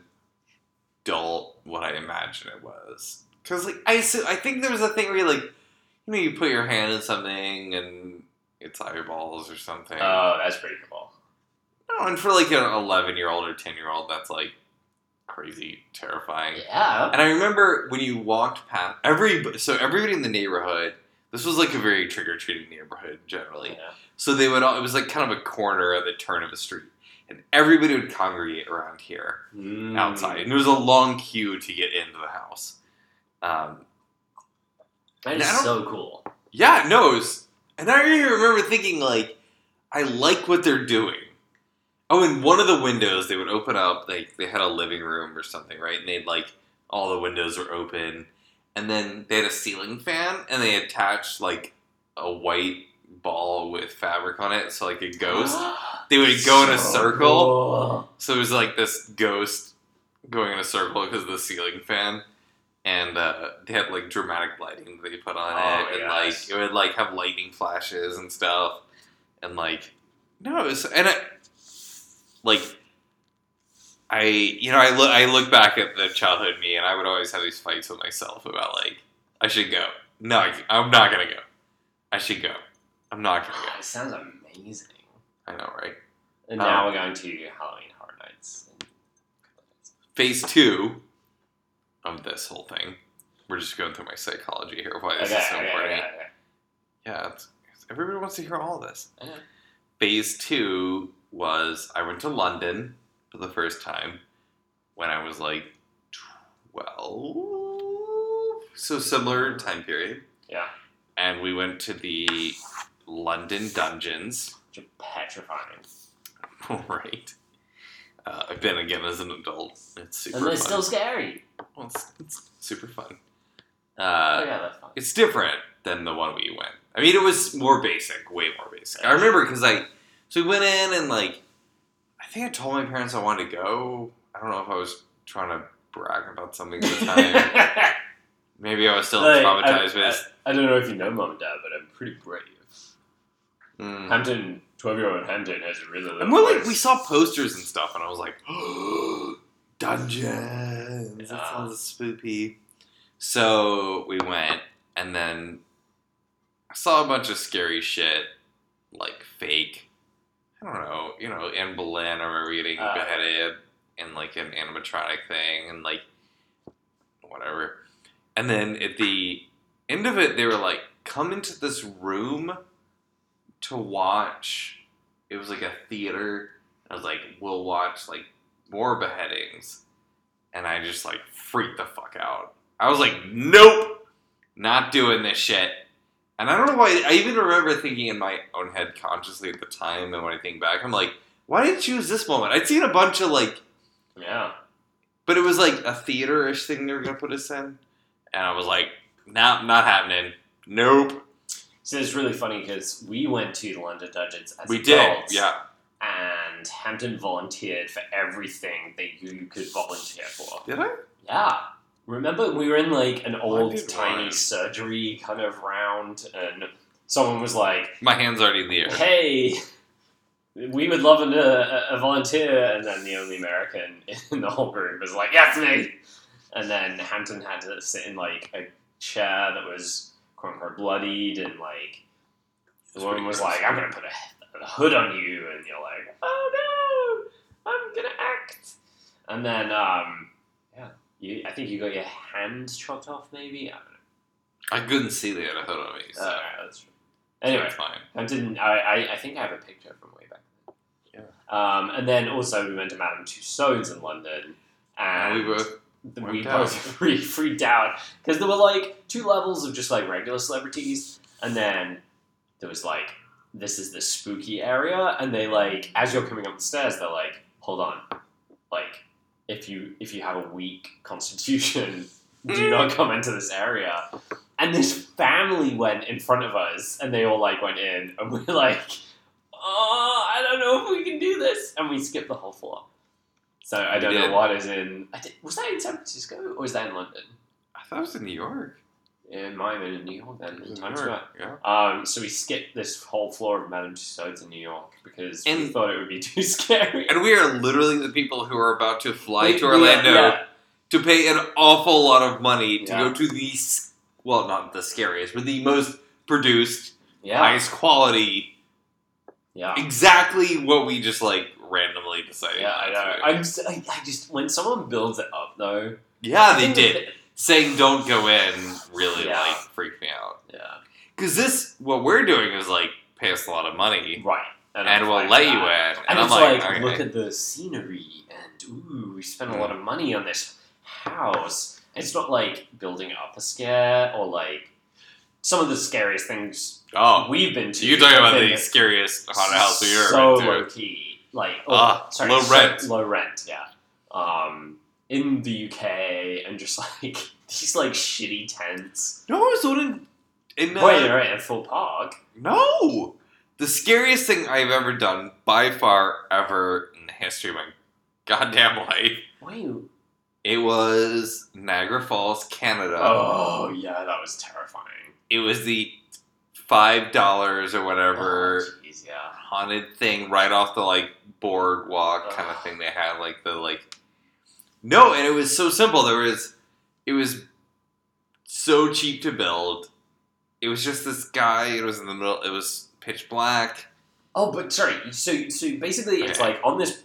[SPEAKER 1] adult what I imagine it was. Cause like I assu- I think there was a thing where you like you know you put your hand in something and it's eyeballs or something.
[SPEAKER 2] Oh, that's pretty cool.
[SPEAKER 1] no, and for like an eleven year old or ten year old, that's like crazy terrifying.
[SPEAKER 2] Yeah.
[SPEAKER 1] And I remember when you walked past every so everybody in the neighborhood. This was like a very trick or treating neighborhood generally.
[SPEAKER 2] Yeah.
[SPEAKER 1] So they would all, it was like kind of a corner at the turn of a street. And everybody would congregate around here outside. And there was a long queue to get into the house. Um,
[SPEAKER 2] That
[SPEAKER 1] And I
[SPEAKER 2] is
[SPEAKER 1] don't-
[SPEAKER 2] so cool.
[SPEAKER 1] yeah, no. It was, and I even remember thinking, like, I like what they're doing. Oh, and one of the windows they would open up, like, they had a living room or something, right? And they'd, like, all the windows were open. And then they had a ceiling fan, and they attached, like, a white ball with fabric on it. So, like, a ghost they would go in a
[SPEAKER 2] So
[SPEAKER 1] circle.
[SPEAKER 2] cool.
[SPEAKER 1] So it was like this ghost going in a circle because of the ceiling fan, and uh, they had like dramatic lighting that they put on
[SPEAKER 2] Oh my
[SPEAKER 1] it, and
[SPEAKER 2] gosh.
[SPEAKER 1] like it would like have lightning flashes and stuff, and like no, it was, and I, like I you know I look I look back at the childhood me, and I would always have these fights with myself about like I should go. No, I, I'm not gonna go. I should go. I'm not gonna
[SPEAKER 2] God, it sounds amazing.
[SPEAKER 1] go. I know, right?
[SPEAKER 2] And
[SPEAKER 1] Oh.
[SPEAKER 2] now we're going to Halloween Horror Nights.
[SPEAKER 1] phase two of this whole thing We're just going through my psychology here. Why this
[SPEAKER 2] Okay,
[SPEAKER 1] is so
[SPEAKER 2] okay,
[SPEAKER 1] important?
[SPEAKER 2] okay, okay.
[SPEAKER 1] Yeah, it's, it's- everybody wants to hear all this.
[SPEAKER 2] I know.
[SPEAKER 1] Phase two was I went to London for the first time when I was like 12. So similar time period.
[SPEAKER 2] Yeah.
[SPEAKER 1] And we went to the London Dungeons.
[SPEAKER 2] Which are petrifying.
[SPEAKER 1] right. Uh, I've been again as an adult. It's super
[SPEAKER 2] And they're
[SPEAKER 1] fun.
[SPEAKER 2] still scary.
[SPEAKER 1] Well, it's, it's super fun.
[SPEAKER 2] Oh,
[SPEAKER 1] Uh,
[SPEAKER 2] yeah, that's fun.
[SPEAKER 1] it's different than the one we went. I mean, it was more basic, way more basic. I remember because I so we went in and like I think I told my parents I wanted to go. I don't know if I was trying to brag about something at the time. Maybe I was still
[SPEAKER 2] Like,
[SPEAKER 1] traumatized
[SPEAKER 2] I,
[SPEAKER 1] by this.
[SPEAKER 2] I, I don't know if you know mom and dad, but I'm pretty brave.
[SPEAKER 1] Mm.
[SPEAKER 2] Hampton, 12 year old Hampton has a really low
[SPEAKER 1] And we're like,
[SPEAKER 2] voice.
[SPEAKER 1] we saw posters and stuff, and I was like, dungeons. That
[SPEAKER 2] Yeah.
[SPEAKER 1] sounds spooky. So we went, and then I saw a bunch of scary shit, like fake. I don't know, you know, in Berlin, I remember getting
[SPEAKER 2] Uh.
[SPEAKER 1] beheaded in like an animatronic thing, and like whatever. And then at the end of it, they were like, come into this room to watch. It was like a theater. I was like, we'll watch like more beheadings. And I just like freaked the fuck out. I was like, nope, not doing this shit. And I don't know why, I even remember thinking in my own head consciously at the time, and when I think back, I'm like, why did I choose this moment? I'd seen a bunch of like
[SPEAKER 2] Yeah.
[SPEAKER 1] but it was like a theater-ish thing they were gonna put us in, and I was like, "Nah, not happening. Nope."
[SPEAKER 2] So it's really funny because we went to the London Dungeons as
[SPEAKER 1] we did,
[SPEAKER 2] adults,
[SPEAKER 1] yeah.
[SPEAKER 2] And Hampton volunteered for everything that you could volunteer for.
[SPEAKER 1] Did I?
[SPEAKER 2] Yeah. Remember we were in like an
[SPEAKER 1] did
[SPEAKER 2] old tiny
[SPEAKER 1] one.
[SPEAKER 2] surgery kind of round and someone was like,
[SPEAKER 1] My hand's already in the air.
[SPEAKER 2] Hey, we would love an, uh, a, a volunteer and then the only American in the whole group was like, Yes me and then Hampton had to sit in like a chair that was quote unquote bloodied and like the
[SPEAKER 1] That's
[SPEAKER 2] woman
[SPEAKER 1] pretty
[SPEAKER 2] was
[SPEAKER 1] gross.
[SPEAKER 2] like, I'm gonna put a, a hood on you and you're like, Oh no, I'm gonna act and then um yeah. You, I think you got your hand chopped off, maybe. I don't know.
[SPEAKER 1] I couldn't see they had a hood on me, so
[SPEAKER 2] Alright, that's true. Uh, Anyway,
[SPEAKER 1] it's fine.
[SPEAKER 2] I didn't. I, I, I think I have a picture from way back.
[SPEAKER 1] Yeah.
[SPEAKER 2] Um, and then also we went to Madame Tussauds in London,
[SPEAKER 1] And
[SPEAKER 2] and
[SPEAKER 1] we both
[SPEAKER 2] the-
[SPEAKER 1] went
[SPEAKER 2] we
[SPEAKER 1] down.
[SPEAKER 2] both free, freaked out because there were like two levels of just like regular celebrities, and then there was like this is the spooky area, and they like as you're coming up the stairs, they're like, hold on, like if you if you have a weak constitution, do not come into this area. And this family went in front of us, and they all like went in, and we're like, oh, I don't know if we can do this, and we skipped the whole floor. So I
[SPEAKER 1] We
[SPEAKER 2] don't know
[SPEAKER 1] did.
[SPEAKER 2] what is in. I did, was that in San Francisco or was that in London?
[SPEAKER 1] I thought it was in New York.
[SPEAKER 2] It might have been in New York then.
[SPEAKER 1] It was
[SPEAKER 2] in
[SPEAKER 1] in
[SPEAKER 2] Times
[SPEAKER 1] New York.
[SPEAKER 2] Square.
[SPEAKER 1] Yeah.
[SPEAKER 2] Um, so we skipped this whole floor of Madame Tussauds in New York because we
[SPEAKER 1] And-
[SPEAKER 2] thought it would be too scary.
[SPEAKER 1] And we are literally the people who are about to fly
[SPEAKER 2] We-
[SPEAKER 1] to
[SPEAKER 2] we-
[SPEAKER 1] Orlando
[SPEAKER 2] yeah.
[SPEAKER 1] to pay an awful lot of money to
[SPEAKER 2] Yeah.
[SPEAKER 1] go to the s- well, not the scariest, but the most produced,
[SPEAKER 2] Yeah.
[SPEAKER 1] highest quality,
[SPEAKER 2] yeah.
[SPEAKER 1] exactly what we just like randomly decided.
[SPEAKER 2] Yeah, I
[SPEAKER 1] not
[SPEAKER 2] know.
[SPEAKER 1] to do.
[SPEAKER 2] I'm s- I, I just when someone builds it up though.
[SPEAKER 1] Yeah,
[SPEAKER 2] I
[SPEAKER 1] they
[SPEAKER 2] think
[SPEAKER 1] did.
[SPEAKER 2] that-
[SPEAKER 1] Saying don't go in really
[SPEAKER 2] Yeah.
[SPEAKER 1] like freaked me out.
[SPEAKER 2] Yeah,
[SPEAKER 1] Because this, what we're doing is like pay us a lot of money
[SPEAKER 2] right.
[SPEAKER 1] and
[SPEAKER 2] I'm
[SPEAKER 1] we'll
[SPEAKER 2] like
[SPEAKER 1] let you in.
[SPEAKER 2] that.
[SPEAKER 1] And,
[SPEAKER 2] And,
[SPEAKER 1] I'm
[SPEAKER 2] it's like,
[SPEAKER 1] like, okay.
[SPEAKER 2] look at the scenery, and ooh, we spent a lot of money on this house. It's not like building up a scare or like some of the scariest things
[SPEAKER 1] oh,
[SPEAKER 2] we've been to.
[SPEAKER 1] so you're talking
[SPEAKER 2] have
[SPEAKER 1] about
[SPEAKER 2] been
[SPEAKER 1] the scariest haunted house we ever
[SPEAKER 2] so
[SPEAKER 1] been
[SPEAKER 2] low
[SPEAKER 1] to.
[SPEAKER 2] key, like
[SPEAKER 1] Ah,
[SPEAKER 2] oh, sorry,
[SPEAKER 1] low
[SPEAKER 2] so
[SPEAKER 1] rent.
[SPEAKER 2] low rent, yeah. Um, in the UK, and just like these like shitty tents.
[SPEAKER 1] No, I was one in. in uh,
[SPEAKER 2] Wait, right at Full Park.
[SPEAKER 1] No! The scariest thing I've ever done, by far, ever in the history of my goddamn life,
[SPEAKER 2] Wait.
[SPEAKER 1] it was Niagara Falls, Canada.
[SPEAKER 2] Oh yeah, that was terrifying.
[SPEAKER 1] It was the $5 or whatever.
[SPEAKER 2] Oh, jeez, yeah.
[SPEAKER 1] haunted thing right off the like boardwalk kind of
[SPEAKER 2] Ugh.
[SPEAKER 1] thing they had like the like no and it was so simple there was it was so cheap to build it was just this guy it was in the middle it was pitch black
[SPEAKER 2] Oh, but sorry. So so basically, it's
[SPEAKER 1] Okay.
[SPEAKER 2] like on this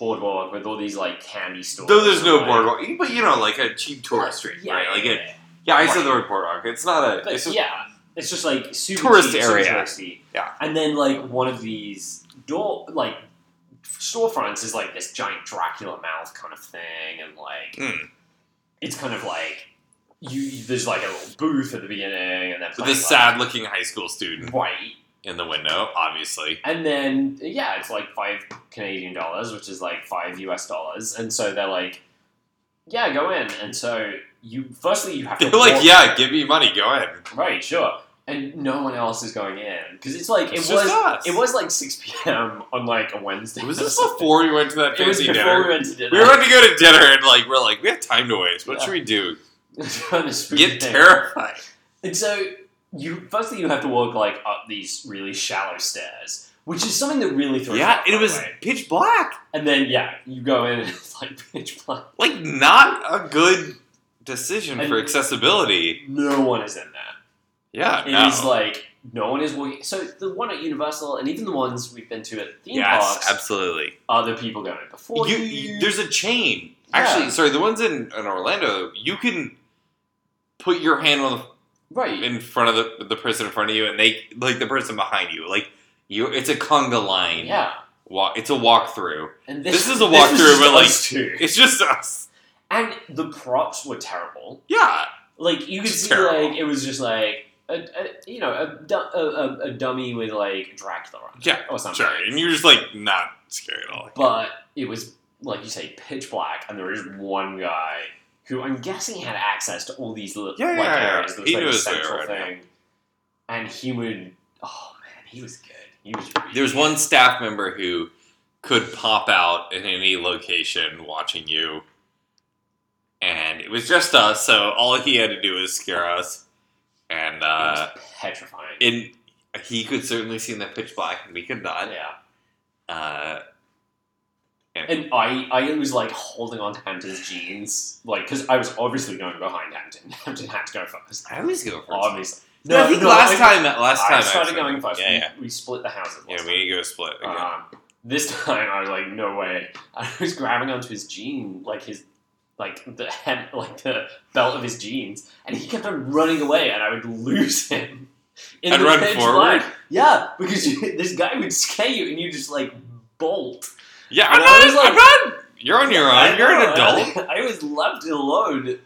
[SPEAKER 2] boardwalk with all these like candy stores.
[SPEAKER 1] though there's no
[SPEAKER 2] like-
[SPEAKER 1] boardwalk but you know like a cheap tourist street
[SPEAKER 2] Yeah,
[SPEAKER 1] right
[SPEAKER 2] yeah,
[SPEAKER 1] like
[SPEAKER 2] yeah,
[SPEAKER 1] it
[SPEAKER 2] yeah.
[SPEAKER 1] Yeah, I said the word Port Arthur. It's not a.
[SPEAKER 2] But
[SPEAKER 1] it's just,
[SPEAKER 2] yeah, it's just like super
[SPEAKER 1] Tourist
[SPEAKER 2] cheap, super
[SPEAKER 1] area.
[SPEAKER 2] touristy.
[SPEAKER 1] Yeah.
[SPEAKER 2] and then like one of these door like storefronts is like this giant Dracula mouth kind of thing, and like
[SPEAKER 1] Mm.
[SPEAKER 2] it's kind of like you you- there's like a little booth at the beginning, and then
[SPEAKER 1] With this sad-looking high school student
[SPEAKER 2] white,
[SPEAKER 1] in the window, obviously.
[SPEAKER 2] and then yeah, it's like five Canadian dollars, which is like five US dollars, and so they're like, yeah, go in, and so you firstly you have
[SPEAKER 1] They're
[SPEAKER 2] to
[SPEAKER 1] like,
[SPEAKER 2] walk-
[SPEAKER 1] "Yeah, give me money. Go ahead."
[SPEAKER 2] Right, sure. And no one else is going in because it's like
[SPEAKER 1] It's
[SPEAKER 2] it
[SPEAKER 1] just
[SPEAKER 2] was
[SPEAKER 1] us.
[SPEAKER 2] it was like six p.m. on like a Wednesday.
[SPEAKER 1] Was
[SPEAKER 2] or
[SPEAKER 1] this
[SPEAKER 2] something.
[SPEAKER 1] before we went to that
[SPEAKER 2] It was
[SPEAKER 1] fancy
[SPEAKER 2] before we
[SPEAKER 1] dinner?
[SPEAKER 2] went to dinner.
[SPEAKER 1] We were about to go to dinner, and like we're like, we have time to waste. What
[SPEAKER 2] Yeah.
[SPEAKER 1] should we do?
[SPEAKER 2] Trying to spook
[SPEAKER 1] Get
[SPEAKER 2] thing.
[SPEAKER 1] terrified.
[SPEAKER 2] And so you firstly you have to walk like up these really shallow stairs, which is something that really throws. you
[SPEAKER 1] Yeah,
[SPEAKER 2] off,
[SPEAKER 1] it
[SPEAKER 2] by
[SPEAKER 1] was
[SPEAKER 2] the way.
[SPEAKER 1] pitch black.
[SPEAKER 2] And then yeah, you go in and it's like pitch black.
[SPEAKER 1] Like, not a good decision
[SPEAKER 2] And-
[SPEAKER 1] for accessibility.
[SPEAKER 2] No one is in there.
[SPEAKER 1] Yeah,
[SPEAKER 2] It is
[SPEAKER 1] no.
[SPEAKER 2] like no one is walking. So the one at Universal and even the ones we've been to at theme
[SPEAKER 1] yes,
[SPEAKER 2] parks
[SPEAKER 1] absolutely.
[SPEAKER 2] are the people going before
[SPEAKER 1] You,
[SPEAKER 2] you.
[SPEAKER 1] you- there's a chain.
[SPEAKER 2] Yeah.
[SPEAKER 1] Actually, sorry, the ones in, in Orlando, you can put your hand on
[SPEAKER 2] right.
[SPEAKER 1] the, in front of the, the person in front of you, and they like the person behind you. Like you, it's a conga line.
[SPEAKER 2] Yeah.
[SPEAKER 1] walk. It's a walkthrough.
[SPEAKER 2] And
[SPEAKER 1] This is a walkthrough, but, like-
[SPEAKER 2] just us two.
[SPEAKER 1] It's just us.
[SPEAKER 2] and the props were terrible.
[SPEAKER 1] Yeah,
[SPEAKER 2] Like you could
[SPEAKER 1] Just
[SPEAKER 2] see,
[SPEAKER 1] terrible.
[SPEAKER 2] like it was just like a, a you know a, du- a, a, a dummy with like Dracula on it
[SPEAKER 1] Yeah,
[SPEAKER 2] or something.
[SPEAKER 1] sure. And you're just like not scared at all.
[SPEAKER 2] But it was like you say, pitch black, and there was one guy who I'm guessing had access to all these little
[SPEAKER 1] Yeah,
[SPEAKER 2] like
[SPEAKER 1] yeah, yeah.
[SPEAKER 2] areas. There was
[SPEAKER 1] He
[SPEAKER 2] like
[SPEAKER 1] knew
[SPEAKER 2] a
[SPEAKER 1] his way
[SPEAKER 2] central
[SPEAKER 1] around,
[SPEAKER 2] thing, and he would. Oh man, he was good. He was. Really
[SPEAKER 1] There's
[SPEAKER 2] good.
[SPEAKER 1] one staff member who could pop out in any location watching you, and it was just us. So all he had to do was scare us, and
[SPEAKER 2] He
[SPEAKER 1] uh,
[SPEAKER 2] was petrifying.
[SPEAKER 1] and he could certainly see in the pitch black, and we could not.
[SPEAKER 2] yeah.
[SPEAKER 1] Uh,
[SPEAKER 2] And I, I was like holding on to Hampton's jeans, like because I was obviously going behind Hampton. Hampton had to go first,
[SPEAKER 1] I always go first.
[SPEAKER 2] obviously.
[SPEAKER 1] No, I think last time. Last
[SPEAKER 2] Um, I
[SPEAKER 1] time
[SPEAKER 2] started
[SPEAKER 1] actually.
[SPEAKER 2] going first.
[SPEAKER 1] Yeah, yeah.
[SPEAKER 2] We, we split the houses.
[SPEAKER 1] Yeah,
[SPEAKER 2] Last
[SPEAKER 1] we need to go split. Again.
[SPEAKER 2] time. Um, this time I was like, no way. I was grabbing onto his jean, like his, like the hem, like the belt of his jeans, and he kept on running away, and I would lose him. In
[SPEAKER 1] I'd
[SPEAKER 2] the
[SPEAKER 1] run
[SPEAKER 2] pitch
[SPEAKER 1] forward?
[SPEAKER 2] black. Yeah, because you, this guy would scare you, and you just like bolt.
[SPEAKER 1] yeah, I'm
[SPEAKER 2] and I
[SPEAKER 1] not.
[SPEAKER 2] was like-
[SPEAKER 1] I'm not. You're on your
[SPEAKER 2] I
[SPEAKER 1] own. You're an
[SPEAKER 2] know,
[SPEAKER 1] adult.
[SPEAKER 2] I, I was left alone.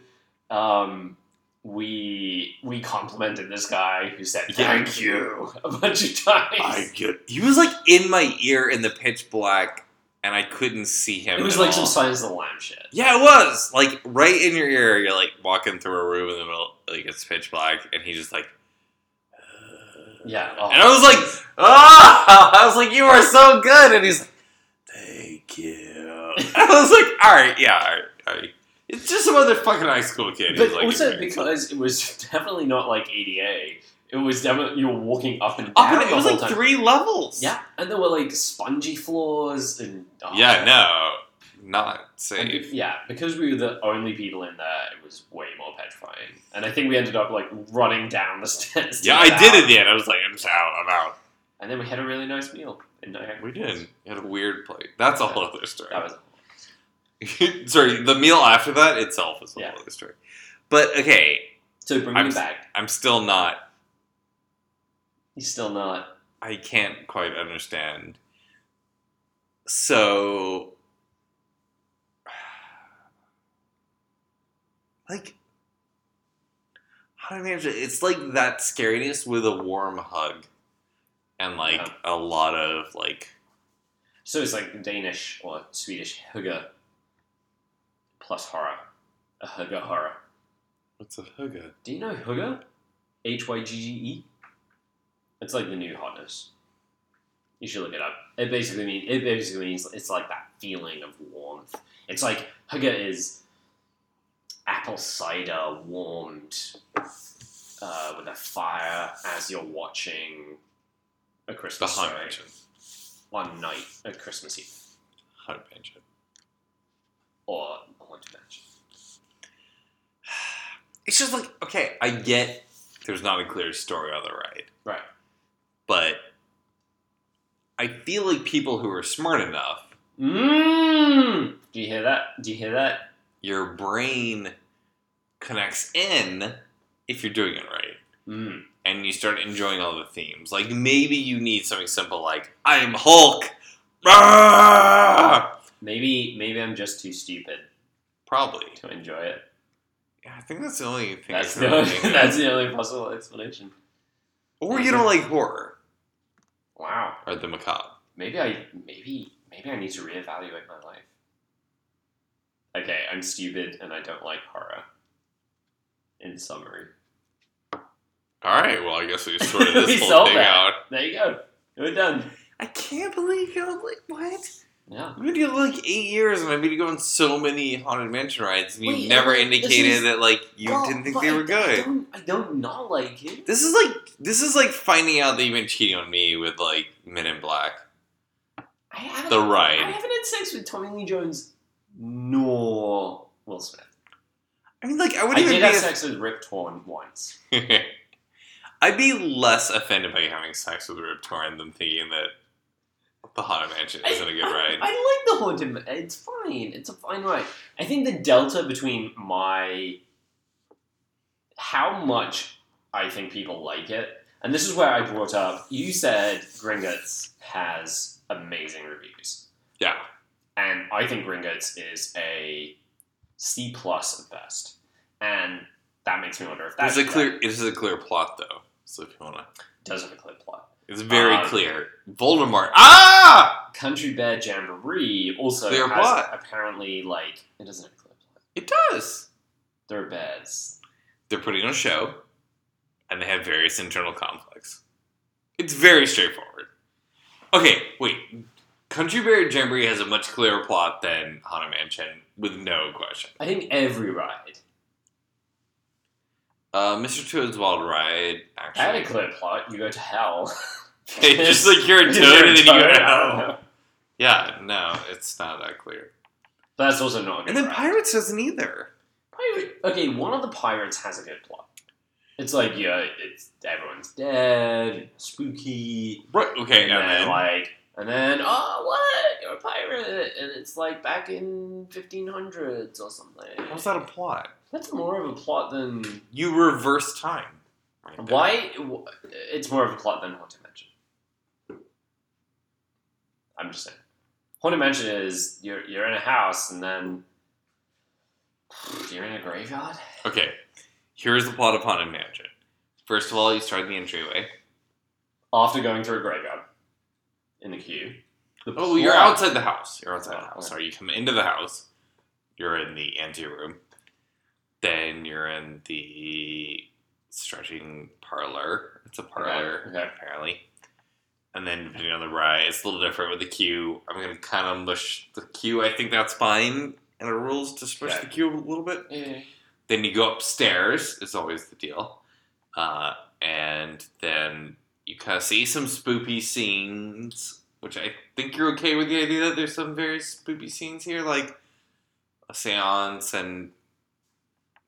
[SPEAKER 2] Um, we we complimented this guy who said
[SPEAKER 1] Yeah.
[SPEAKER 2] thank you a bunch of times.
[SPEAKER 1] I get. He was like in my ear in the pitch black, and I couldn't see him.
[SPEAKER 2] it was
[SPEAKER 1] at
[SPEAKER 2] like
[SPEAKER 1] all.
[SPEAKER 2] some signs of the lamb shit.
[SPEAKER 1] Yeah, it was like right in your ear. You're like walking through a room in the middle, like it's pitch black, and he's just like.
[SPEAKER 2] Yeah, oh.
[SPEAKER 1] and I was like, ah! I was like, you are so good, and he's like, thank you. I was like, all right, yeah, all right, all right. It's just some other fucking high school kid.
[SPEAKER 2] But
[SPEAKER 1] who's, like,
[SPEAKER 2] also
[SPEAKER 1] very-
[SPEAKER 2] because it was definitely not like ADA. It was definitely you were walking up and down
[SPEAKER 1] up and
[SPEAKER 2] the
[SPEAKER 1] it was
[SPEAKER 2] whole
[SPEAKER 1] like
[SPEAKER 2] time.
[SPEAKER 1] three levels.
[SPEAKER 2] Yeah, and there were like spongy floors and oh.
[SPEAKER 1] Yeah. No. Not
[SPEAKER 2] And be-
[SPEAKER 1] safe.
[SPEAKER 2] yeah, because we were the only people in there, it was way more petrifying. And I think we ended up like running down the stairs. to
[SPEAKER 1] Yeah,
[SPEAKER 2] get
[SPEAKER 1] I did
[SPEAKER 2] out.
[SPEAKER 1] at the end. I was like, I'm just out. I'm out.
[SPEAKER 2] And then we had a really nice meal in Niagara.
[SPEAKER 1] We did. At a weird place. That's a whole other story.
[SPEAKER 2] That was
[SPEAKER 1] Sorry, the meal after that itself is a
[SPEAKER 2] Yeah.
[SPEAKER 1] whole other story. But okay,
[SPEAKER 2] so bring
[SPEAKER 1] I'm
[SPEAKER 2] me
[SPEAKER 1] s-
[SPEAKER 2] back.
[SPEAKER 1] I'm still not.
[SPEAKER 2] He's still not.
[SPEAKER 1] I can't quite understand. So, like, how do I manage it? It's like that scariness with a warm hug, and like
[SPEAKER 2] Yeah.
[SPEAKER 1] a lot of like
[SPEAKER 2] So it's like Danish or Swedish hygge plus horror, a hygge horror.
[SPEAKER 1] what's a hugger?
[SPEAKER 2] Do you know hygge? H y g g e. It's like the new hotness. You should look it up. It basically means it basically means it's like that feeling of warmth. It's like hygge is apple cider warmed uh, with a fire as you're watching a
[SPEAKER 1] The
[SPEAKER 2] Christmas
[SPEAKER 1] hug
[SPEAKER 2] story
[SPEAKER 1] mansion.
[SPEAKER 2] one night at Christmas Eve
[SPEAKER 1] Hug mansion.
[SPEAKER 2] or a haunted mansion.
[SPEAKER 1] It's just like okay, I get there's not a clear story on the ride.
[SPEAKER 2] Right.
[SPEAKER 1] but I feel like people who are smart enough,
[SPEAKER 2] Mmm. Do you hear that? Do you hear that?
[SPEAKER 1] your brain connects in if you're doing it right
[SPEAKER 2] Mm.
[SPEAKER 1] and you start enjoying all the themes. Like maybe you need something simple like I am Hulk. Ah! Rah!
[SPEAKER 2] Maybe maybe I'm just too stupid
[SPEAKER 1] Probably.
[SPEAKER 2] to enjoy it.
[SPEAKER 1] Yeah, I think that's the only thing.
[SPEAKER 2] That's
[SPEAKER 1] I
[SPEAKER 2] the
[SPEAKER 1] can
[SPEAKER 2] only,
[SPEAKER 1] think of.
[SPEAKER 2] that's the only possible explanation.
[SPEAKER 1] or you don't like horror
[SPEAKER 2] Wow.
[SPEAKER 1] or the macabre.
[SPEAKER 2] Maybe I maybe maybe I need to reevaluate my life. Okay, I'm stupid and I don't like horror. In summary,
[SPEAKER 1] All right. Well, I guess we sorted
[SPEAKER 2] We
[SPEAKER 1] this whole
[SPEAKER 2] solved
[SPEAKER 1] thing
[SPEAKER 2] that.
[SPEAKER 1] out.
[SPEAKER 2] there you go. We're done.
[SPEAKER 1] I can't believe you're like what?
[SPEAKER 2] Yeah.
[SPEAKER 1] I've been here like eight years, and I've been going so many haunted mansion rides, and you
[SPEAKER 2] Wait,
[SPEAKER 1] never
[SPEAKER 2] and this
[SPEAKER 1] indicated
[SPEAKER 2] is-
[SPEAKER 1] that like you
[SPEAKER 2] Well,
[SPEAKER 1] didn't think
[SPEAKER 2] but
[SPEAKER 1] they
[SPEAKER 2] I-
[SPEAKER 1] were
[SPEAKER 2] I
[SPEAKER 1] good.
[SPEAKER 2] don't, I don't not like it.
[SPEAKER 1] This is like this is like finding out that you've been cheating on me with like Men in Black,
[SPEAKER 2] I haven't.
[SPEAKER 1] the
[SPEAKER 2] I
[SPEAKER 1] ride.
[SPEAKER 2] haven't had sex with Tommy Lee Jones nor Will Smith.
[SPEAKER 1] I mean, like I
[SPEAKER 2] I
[SPEAKER 1] wouldn't
[SPEAKER 2] did
[SPEAKER 1] even
[SPEAKER 2] have
[SPEAKER 1] be.
[SPEAKER 2] sex with Rip Torn once.
[SPEAKER 1] aff- I'd be less offended by having sex with Rip Torn than thinking that the haunted mansion isn't a good
[SPEAKER 2] I,
[SPEAKER 1] ride.
[SPEAKER 2] I like the haunted. Ma- It's fine. It's a fine ride. I think the delta between my how much I think people like it, and this is where I brought up. You said Gringotts has amazing reviews,
[SPEAKER 1] yeah,
[SPEAKER 2] and I think Gringotts is a C plus at best, and that makes me wonder if that's
[SPEAKER 1] this is a clear. This is a clear plot though. So if you wanna,
[SPEAKER 2] does have a clip plot.
[SPEAKER 1] it's very
[SPEAKER 2] Um,
[SPEAKER 1] clear. Voldemort. Ah,
[SPEAKER 2] Country Bear Jamboree also
[SPEAKER 1] Clear
[SPEAKER 2] has
[SPEAKER 1] plot.
[SPEAKER 2] apparently like it doesn't have a clip plot.
[SPEAKER 1] it does.
[SPEAKER 2] There are bears.
[SPEAKER 1] they're putting on a show and they have various internal conflicts. It's very straightforward. Okay, wait. Country Bear Jamboree has a much clearer plot than Haunted Mansion, with no question.
[SPEAKER 2] I think every ride
[SPEAKER 1] Uh, Mr. Toad's Wild Ride, actually.
[SPEAKER 2] had a clear plot. You go to hell.
[SPEAKER 1] It's just like you're a toad and
[SPEAKER 2] You're
[SPEAKER 1] then you go
[SPEAKER 2] toad,
[SPEAKER 1] to
[SPEAKER 2] I don't
[SPEAKER 1] hell.
[SPEAKER 2] know.
[SPEAKER 1] Yeah, no, it's not that clear.
[SPEAKER 2] But that's also not. A good
[SPEAKER 1] And then
[SPEAKER 2] ride.
[SPEAKER 1] Pirates doesn't either.
[SPEAKER 2] Pirate- Okay, one of the pirates has a good plot. It's like yeah, it's everyone's dead, spooky,
[SPEAKER 1] Right, okay,
[SPEAKER 2] and
[SPEAKER 1] and
[SPEAKER 2] then
[SPEAKER 1] then.
[SPEAKER 2] like, and then oh what, you're a pirate, and it's like back in 1500s or something.
[SPEAKER 1] How's that a plot?
[SPEAKER 2] That's more of a plot than
[SPEAKER 1] You reverse time. right there.
[SPEAKER 2] Why? w- It's more of a plot than Haunted Mansion. I'm just saying. Haunted Mansion is you're you're in a house and then you're in a graveyard.
[SPEAKER 1] Okay, here's the plot of Haunted Mansion. First of all, you start in the entryway.
[SPEAKER 2] After going through a graveyard in the queue. The
[SPEAKER 1] Oh, you're
[SPEAKER 2] plot-
[SPEAKER 1] outside the house. You're outside the
[SPEAKER 2] Oh,
[SPEAKER 1] house.
[SPEAKER 2] okay.
[SPEAKER 1] Sorry, you come into the house. You're in the anteroom. Then you're in the stretching parlor. It's a parlor,
[SPEAKER 2] Okay, okay.
[SPEAKER 1] apparently. And then depending on the ride, it's a little different with the queue. I'm gonna kind of mush the queue. I think that's fine. And it rules to smush
[SPEAKER 2] Okay.
[SPEAKER 1] the queue a little bit.
[SPEAKER 2] Yeah.
[SPEAKER 1] Then you go upstairs. Is always the deal. Uh, and then you kind of see some spoopy scenes, which I think you're okay with the idea that there's some very spoopy scenes here, like a seance and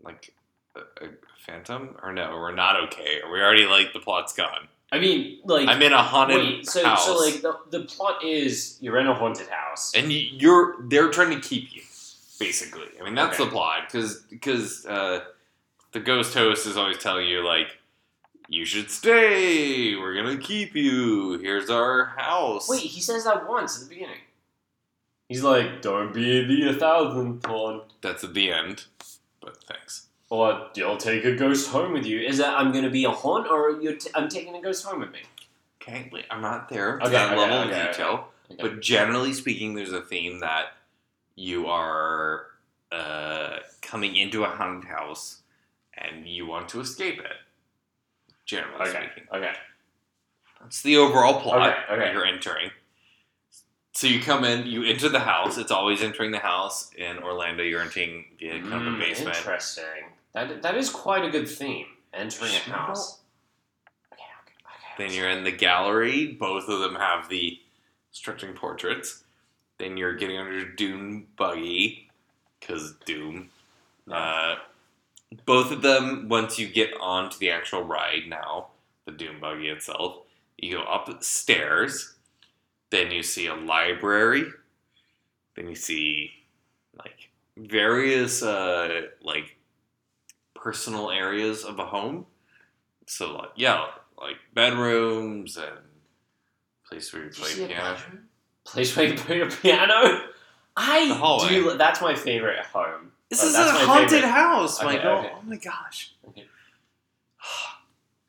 [SPEAKER 1] like a, a phantom. Or no, we're not okay. Or we already like the plot's gone.
[SPEAKER 2] I mean, like
[SPEAKER 1] I'm in a haunted
[SPEAKER 2] wait, so
[SPEAKER 1] house,
[SPEAKER 2] so like the, the plot is you're in a haunted house.
[SPEAKER 1] and y- you're they're trying to keep you. Basically, I mean that's
[SPEAKER 2] Okay.
[SPEAKER 1] the plot because because uh, the ghost host is always telling you like you should stay. We're gonna keep you. Here's our house.
[SPEAKER 2] Wait, he says that once at the beginning. He's like, "Don't be the thousandth one."
[SPEAKER 1] That's at the end. But thanks.
[SPEAKER 2] Or you'll take a ghost home with you. Is that I'm going to be a haunt, or you're t- I'm taking a ghost home with me?
[SPEAKER 1] Okay, wait, I'm not there to
[SPEAKER 2] Okay,
[SPEAKER 1] that
[SPEAKER 2] okay,
[SPEAKER 1] level of
[SPEAKER 2] okay,
[SPEAKER 1] detail.
[SPEAKER 2] Okay.
[SPEAKER 1] But generally speaking, there's a theme that you are uh, coming into a haunted house and you want to escape it. Generally
[SPEAKER 2] okay,
[SPEAKER 1] speaking.
[SPEAKER 2] okay,
[SPEAKER 1] That's the overall plot
[SPEAKER 2] Okay, okay.
[SPEAKER 1] you're entering. So you come in, you enter the house. It's always entering the house. In Orlando, you're entering via kind of
[SPEAKER 2] Mm,
[SPEAKER 1] the basement.
[SPEAKER 2] Interesting. That that is quite a good theme. Entering a
[SPEAKER 1] Smell.
[SPEAKER 2] house. Okay, okay, okay.
[SPEAKER 1] Then you're in the gallery. Both of them have the stretching portraits. Then you're getting under your Doom buggy because Doom. Uh, both of them, once you get onto the actual ride now, the Doom buggy itself, you go upstairs. Then you see a library. Then you see like various uh, like personal areas of a home. So like yeah, like bedrooms and place where you
[SPEAKER 2] Did
[SPEAKER 1] play
[SPEAKER 2] see a
[SPEAKER 1] piano.
[SPEAKER 2] bedroom? Place where you play a piano. I
[SPEAKER 1] The hallway.
[SPEAKER 2] do. That's my favorite home.
[SPEAKER 1] This
[SPEAKER 2] But
[SPEAKER 1] is a
[SPEAKER 2] that's my
[SPEAKER 1] haunted
[SPEAKER 2] favorite.
[SPEAKER 1] house,
[SPEAKER 2] Okay,
[SPEAKER 1] Michael.
[SPEAKER 2] okay.
[SPEAKER 1] Oh my gosh.
[SPEAKER 2] Okay.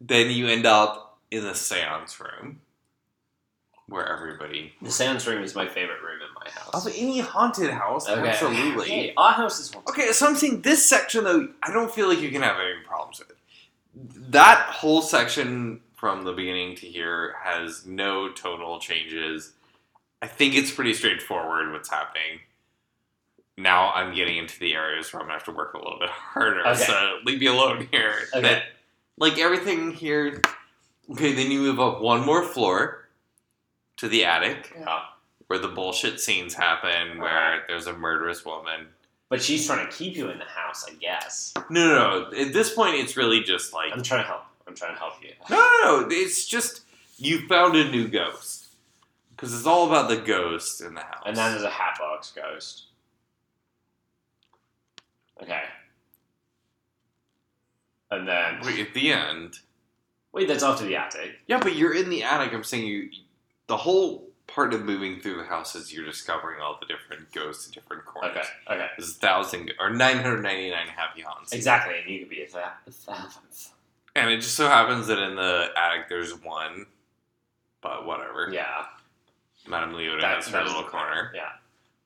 [SPEAKER 1] then you end up in the seance room where everybody
[SPEAKER 2] The sounds room is my favorite room in my house.
[SPEAKER 1] of any haunted house,
[SPEAKER 2] Okay.
[SPEAKER 1] absolutely.
[SPEAKER 2] Hey, our house is haunted.
[SPEAKER 1] Okay, so I'm saying this section though, I don't feel like you can have any problems with it. That whole section from the beginning to here has no tonal changes. I think it's pretty straightforward what's happening. Now I'm getting into the areas where I'm gonna have to work a little bit harder.
[SPEAKER 2] Okay.
[SPEAKER 1] So leave me alone here.
[SPEAKER 2] Okay.
[SPEAKER 1] That- like everything here. Okay, then you move up one more floor to the attic
[SPEAKER 2] Yeah.
[SPEAKER 1] where the bullshit scenes happen, where there's a murderous woman
[SPEAKER 2] But she's trying to keep you in the house, I guess.
[SPEAKER 1] No, no, no. At this point, it's really just like
[SPEAKER 2] I'm trying to help. I'm trying to help you.
[SPEAKER 1] no, no, no. It's just you found a new ghost because it's all about the ghost in the house.
[SPEAKER 2] And then there's a hat box ghost. Okay. And then
[SPEAKER 1] Wait, at the end.
[SPEAKER 2] wait, that's off to the attic.
[SPEAKER 1] Yeah, but you're in the attic. I'm saying you. The whole part of moving through the house is you're discovering all the different ghosts in different corners.
[SPEAKER 2] Okay, okay,
[SPEAKER 1] There's a thousand or nine hundred ninety nine happy haunts.
[SPEAKER 2] exactly. And you could be a tha- a thousandth.
[SPEAKER 1] And it just so happens that in the attic there's one. But whatever.
[SPEAKER 2] Yeah,
[SPEAKER 1] Madame Leota
[SPEAKER 2] that's
[SPEAKER 1] has her little corner.
[SPEAKER 2] Yeah,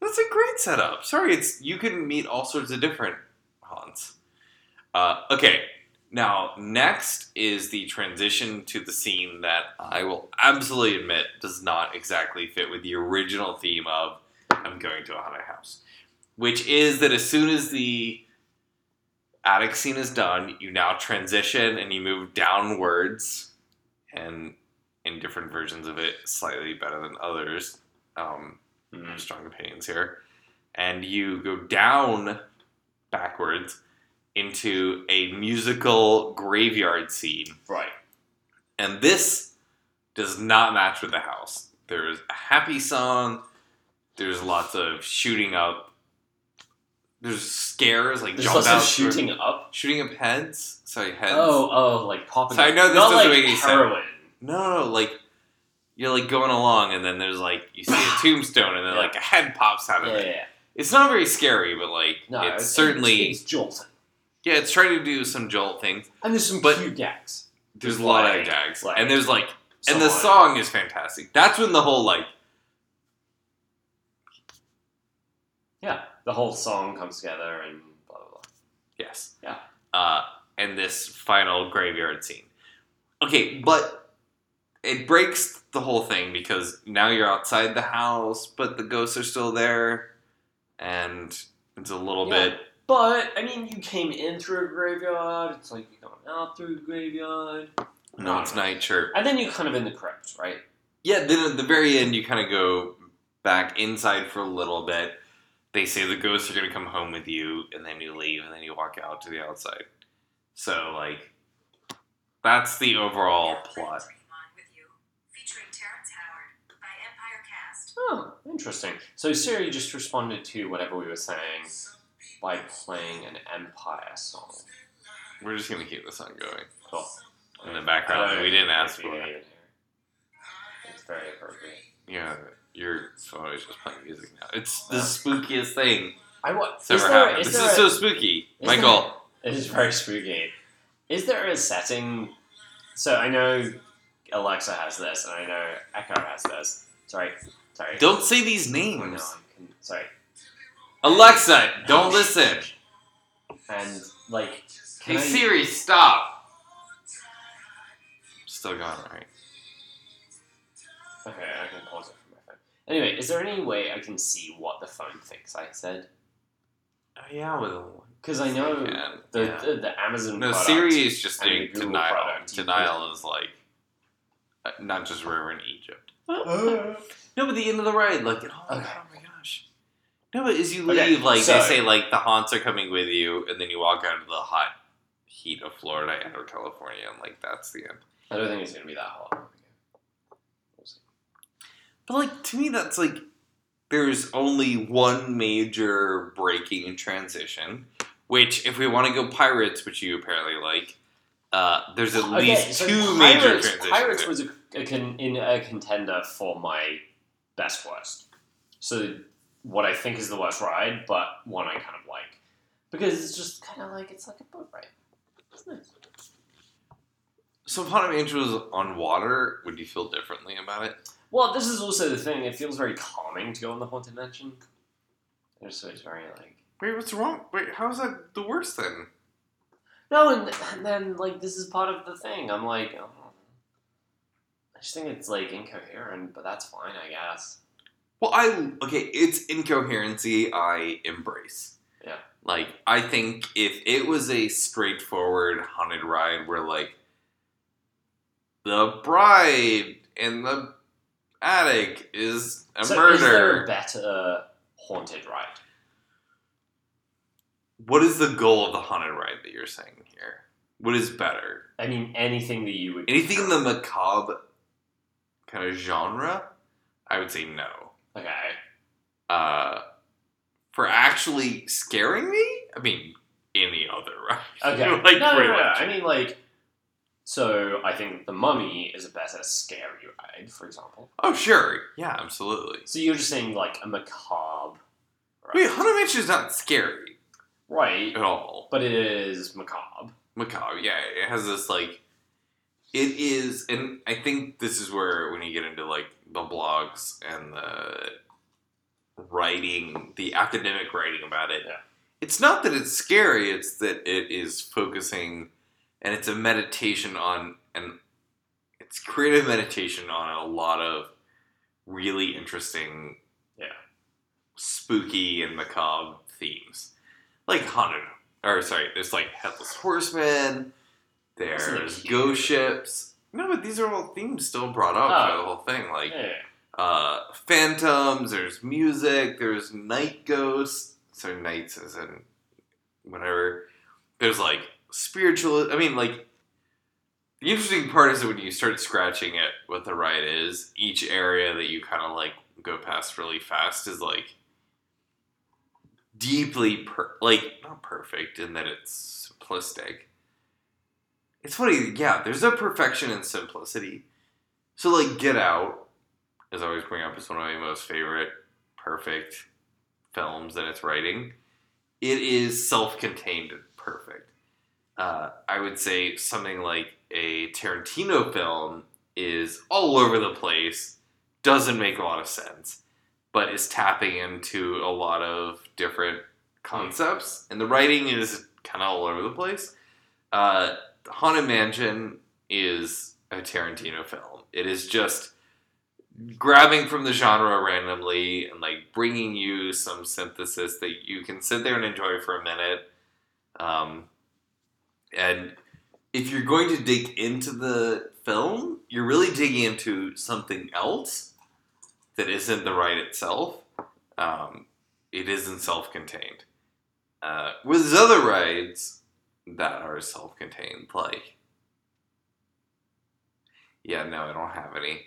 [SPEAKER 1] That's a great setup. Sorry, it's you can meet all sorts of different haunts. Uh, okay, now next is the transition to the scene that I will absolutely admit does not exactly fit with the original theme of "I'm going to a haunted house," which is that as soon as the attic scene is done, you now transition and you move downwards, and in different versions of it, slightly better than others. Um, I have
[SPEAKER 2] Mhm.
[SPEAKER 1] strong opinions here. And you go down backwards into a musical graveyard scene.
[SPEAKER 2] right.
[SPEAKER 1] And this does not match with the house. There's a happy song, there's lots of shooting up, there's scares like
[SPEAKER 2] There's
[SPEAKER 1] jump
[SPEAKER 2] also
[SPEAKER 1] out,
[SPEAKER 2] shooting up.
[SPEAKER 1] shooting up heads. Sorry, heads.
[SPEAKER 2] Oh, oh, like popping.
[SPEAKER 1] So I
[SPEAKER 2] up.
[SPEAKER 1] know this
[SPEAKER 2] Not
[SPEAKER 1] doesn't
[SPEAKER 2] like
[SPEAKER 1] make any sense.
[SPEAKER 2] heroin.
[SPEAKER 1] No, no, like you're like going along, and then there's like you see a tombstone, and then
[SPEAKER 2] Yeah.
[SPEAKER 1] like a head pops out of
[SPEAKER 2] Yeah,
[SPEAKER 1] it.
[SPEAKER 2] yeah, yeah.
[SPEAKER 1] It's not very scary, but like
[SPEAKER 2] No,
[SPEAKER 1] it's certainly
[SPEAKER 2] it's, it's jolting.
[SPEAKER 1] yeah, it's trying to do some jolt things.
[SPEAKER 2] And there's some
[SPEAKER 1] But-
[SPEAKER 2] cute gags.
[SPEAKER 1] There's a lot
[SPEAKER 2] Like-
[SPEAKER 1] of gags,
[SPEAKER 2] like-
[SPEAKER 1] and there's like, and the
[SPEAKER 2] Someone-
[SPEAKER 1] song is fantastic. That's when the whole like
[SPEAKER 2] Yeah, the whole song comes together and blah blah blah.
[SPEAKER 1] yes,
[SPEAKER 2] Yeah.
[SPEAKER 1] uh, and this final graveyard scene. Okay, but it breaks the whole thing because now you're outside the house, but the ghosts are still there, and it's a little
[SPEAKER 2] Yeah.
[SPEAKER 1] bit
[SPEAKER 2] But I mean, you came in through a graveyard. It's like you're going out through a graveyard,
[SPEAKER 1] no, it's night shirt.
[SPEAKER 2] and then you're kind of in the crypt, right?
[SPEAKER 1] Yeah, then at the very end, you kind of go back inside for a little bit. They say the ghosts are going to come home with you, and then you leave, and then you walk out to the outside. So, like, that's the overall plot.
[SPEAKER 2] Oh, interesting. So Siri just responded to whatever we were saying by playing an Empire song.
[SPEAKER 1] We're just going to keep this on going
[SPEAKER 2] Cool.
[SPEAKER 1] in the background. that we didn't ask for it.
[SPEAKER 2] It's very appropriate.
[SPEAKER 1] Yeah, your phone is just playing music now. It's the spookiest thing
[SPEAKER 2] I want.
[SPEAKER 1] that's ever
[SPEAKER 2] is there,
[SPEAKER 1] happened.
[SPEAKER 2] is
[SPEAKER 1] this
[SPEAKER 2] there
[SPEAKER 1] is
[SPEAKER 2] a-
[SPEAKER 1] so spooky.
[SPEAKER 2] there-
[SPEAKER 1] Michael,
[SPEAKER 2] It is very spooky. Is there a setting? So I know Alexa has this, and I know Echo has this. Sorry, sorry.
[SPEAKER 1] don't say these
[SPEAKER 2] Oh, no,
[SPEAKER 1] names.
[SPEAKER 2] I couldn't- sorry.
[SPEAKER 1] Alexa, don't listen.
[SPEAKER 2] And like, can
[SPEAKER 1] Hey
[SPEAKER 2] I-
[SPEAKER 1] Siri, stop. Still going, right?
[SPEAKER 2] okay, I can pause it from my phone. Anyway, is there any way I can see what the phone thinks I said?
[SPEAKER 1] Oh yeah, with a
[SPEAKER 2] Because I know the, the the Amazon.
[SPEAKER 1] No,
[SPEAKER 2] product-
[SPEAKER 1] Siri is just
[SPEAKER 2] and
[SPEAKER 1] doing
[SPEAKER 2] the Google
[SPEAKER 1] denial.
[SPEAKER 2] product.
[SPEAKER 1] Denial is like uh, not just we're in Egypt. no,
[SPEAKER 2] Uh,
[SPEAKER 1] but the end of the ride, like oh, my
[SPEAKER 2] Okay.
[SPEAKER 1] God, oh my gosh. No, but as you leave,
[SPEAKER 2] Okay,
[SPEAKER 1] like
[SPEAKER 2] so-
[SPEAKER 1] they say, like the haunts are coming with you, and then you walk out of the hot heat of Florida and or California, and like that's the end.
[SPEAKER 2] I don't think it's gonna be that hot.
[SPEAKER 1] But like to me, that's like there's only one major breaking in transition, Which, if we want to go pirates, which you apparently like, uh, there's at
[SPEAKER 2] Okay,
[SPEAKER 1] least
[SPEAKER 2] so
[SPEAKER 1] two
[SPEAKER 2] Pirates,
[SPEAKER 1] major transitions.
[SPEAKER 2] Pirates
[SPEAKER 1] there.
[SPEAKER 2] was a, a con, in a contender for my best West. So what I think is the worst ride, but one I kind of like because it's just kind of like it's like a boat ride. It's nice.
[SPEAKER 1] so, if Haunted Mansion was on water, would you feel differently about it?
[SPEAKER 2] Well, this is also the thing. It feels very calming to go in the haunted mansion. And So it's very like
[SPEAKER 1] Wait, what's wrong? Wait, how is that the worst then?
[SPEAKER 2] no, and, and then like this is part of the thing. I'm like, oh, I just think it's like incoherent, but that's fine, I guess.
[SPEAKER 1] Well, I okay, it's incoherency I embrace.
[SPEAKER 2] Yeah.
[SPEAKER 1] Like I think if it was a straightforward haunted ride where like the bride in the attic is a
[SPEAKER 2] so
[SPEAKER 1] murder,
[SPEAKER 2] is there a better haunted ride?
[SPEAKER 1] what is the goal of the haunted ride that you're saying here? What is better?
[SPEAKER 2] I mean, anything that you would
[SPEAKER 1] Anything in the macabre kind of genre? I would say no.
[SPEAKER 2] okay.
[SPEAKER 1] Uh, for actually scaring me? I mean, any other, right?
[SPEAKER 2] Okay.
[SPEAKER 1] like,
[SPEAKER 2] no, no, no,
[SPEAKER 1] pretty
[SPEAKER 2] no.
[SPEAKER 1] much.
[SPEAKER 2] I mean, like, so I think the mummy is a better scary ride, for example.
[SPEAKER 1] Oh, sure. Yeah, absolutely.
[SPEAKER 2] So you're just saying like a macabre, ride.
[SPEAKER 1] Wait, Haunted Mansion is not scary
[SPEAKER 2] right?
[SPEAKER 1] at all.
[SPEAKER 2] But it is macabre.
[SPEAKER 1] Macabre, yeah, it has this, like, it is, and I think this is where, when you get into, like, the blogs and the writing, the academic writing about it,
[SPEAKER 2] Yeah.
[SPEAKER 1] it's not that it's scary, it's that it is focusing, and it's a meditation on, and it's creative meditation on a lot of really interesting
[SPEAKER 2] Yeah.
[SPEAKER 1] spooky and macabre themes. Like haunted, or sorry, there's like headless horseman.
[SPEAKER 2] Isn't it
[SPEAKER 1] There's
[SPEAKER 2] cute?
[SPEAKER 1] ghost ships. No, but these are all themes still brought up by the
[SPEAKER 2] Oh.
[SPEAKER 1] whole thing. Like
[SPEAKER 2] Yeah, yeah.
[SPEAKER 1] uh, phantoms. There's music. There's night ghosts. So nights as in whatever. There's like spiritual. I mean, like the interesting part is that when you start scratching at what the ride is, each area that you kind of like go past really fast is like deeply per- like not perfect in that it's simplistic. It's funny, yeah. There's a perfection in simplicity. So like, Get Out is always bring up as one of my most favorite perfect films in its writing. It is self-contained and perfect. Uh, I would say something like a Tarantino film is all over the place, doesn't make a lot of sense, but is tapping into a lot of different concepts, and the writing is kind of all over the place. Uh, Haunted Mansion is a Tarantino film. It is just grabbing from the genre randomly and like bringing you some synthesis that you can sit there and enjoy for a minute. Um, and if you're going to dig into the film, you're really digging into something else that isn't the ride itself. Um, it isn't self contained. Uh, with these other rides that are self contained, like. Yeah, no, I don't have any.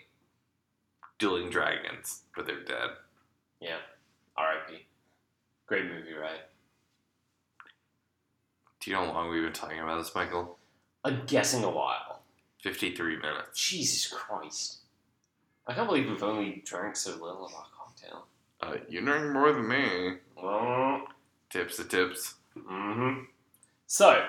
[SPEAKER 1] Dueling Dragons, but they're dead.
[SPEAKER 2] yeah. R.I.P. Great movie, right?
[SPEAKER 1] Do you know how long we've been talking about this, Michael?
[SPEAKER 2] I'm guessing a while.
[SPEAKER 1] 53 minutes.
[SPEAKER 2] Jesus Christ! I can't believe we've only drank so little of our cocktail.
[SPEAKER 1] Uh, you drink more than me.
[SPEAKER 2] Well,
[SPEAKER 1] Tips to tips.
[SPEAKER 2] hmm So,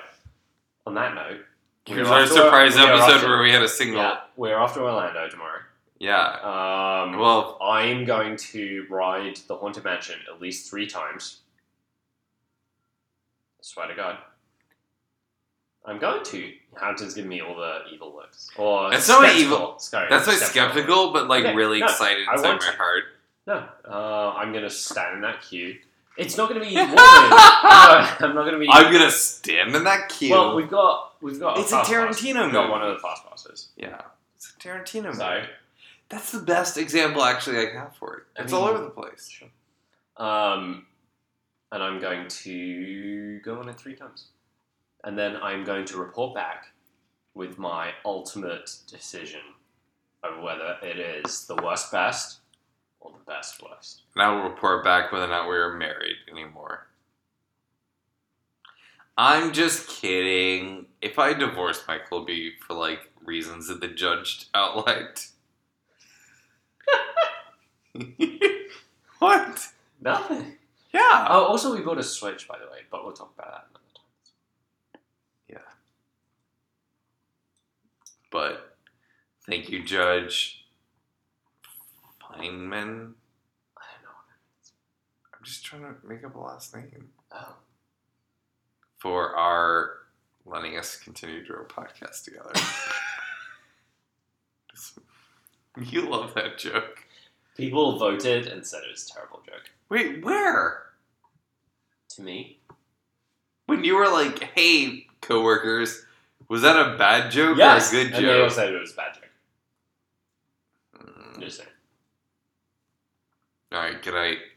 [SPEAKER 2] on that note, we
[SPEAKER 1] Here's
[SPEAKER 2] are
[SPEAKER 1] our
[SPEAKER 2] off to-
[SPEAKER 1] surprise
[SPEAKER 2] we are off
[SPEAKER 1] episode
[SPEAKER 2] to-
[SPEAKER 1] where we had a single.
[SPEAKER 2] yeah,
[SPEAKER 1] Yeah.
[SPEAKER 2] we're off to Orlando tomorrow. Um,
[SPEAKER 1] Well,
[SPEAKER 2] I'm going to ride the Haunted Mansion at least three times. Swear to God. I'm going to. Hampton's giving me all the evil looks. Or
[SPEAKER 1] That's not my
[SPEAKER 2] skeptical.
[SPEAKER 1] evil-
[SPEAKER 2] Sorry,
[SPEAKER 1] that's my
[SPEAKER 2] skeptical.
[SPEAKER 1] skeptical, but like
[SPEAKER 2] Okay,
[SPEAKER 1] really
[SPEAKER 2] no,
[SPEAKER 1] excited
[SPEAKER 2] I
[SPEAKER 1] inside
[SPEAKER 2] want
[SPEAKER 1] my
[SPEAKER 2] to.
[SPEAKER 1] heart.
[SPEAKER 2] No, uh, I'm going to stand in that queue. It's not going to be woman. No, I'm not going to be.
[SPEAKER 1] I'm gonna stand in that queue.
[SPEAKER 2] well, we've got we've got.
[SPEAKER 1] It's a
[SPEAKER 2] fast pass.
[SPEAKER 1] Tarantino
[SPEAKER 2] We've got
[SPEAKER 1] movie.
[SPEAKER 2] one of the fast passes.
[SPEAKER 1] yeah. It's a Tarantino
[SPEAKER 2] So.
[SPEAKER 1] movie. That's the best example actually I have for it.
[SPEAKER 2] I
[SPEAKER 1] It's
[SPEAKER 2] mean-
[SPEAKER 1] all over the place.
[SPEAKER 2] Sure. Um, and I'm going to go on it three times. And then I'm going to report back with my ultimate decision of whether it is the worst best or the best worst.
[SPEAKER 1] And I will report back whether or not we are married anymore. I'm just kidding. If I divorced Michael, it'd be for like reasons that the judge outlined. what?
[SPEAKER 2] Nothing.
[SPEAKER 1] Yeah.
[SPEAKER 2] Oh, also we bought a Switch, by the way, but we'll talk about that another time.
[SPEAKER 1] But thank you, Judge Feynman.
[SPEAKER 2] I don't know.
[SPEAKER 1] I'm just trying to make up a last name
[SPEAKER 2] Oh,
[SPEAKER 1] for our letting us continue to do our podcast together. you love that joke.
[SPEAKER 2] people voted and said it was a terrible joke.
[SPEAKER 1] Wait, where?
[SPEAKER 2] To me,
[SPEAKER 1] When you were like, "Hey, coworkers," was that a bad joke
[SPEAKER 2] yes,
[SPEAKER 1] or a good
[SPEAKER 2] and they all
[SPEAKER 1] joke?
[SPEAKER 2] said it was a bad joke.
[SPEAKER 1] Mm.
[SPEAKER 2] Just saying.
[SPEAKER 1] All right, good night.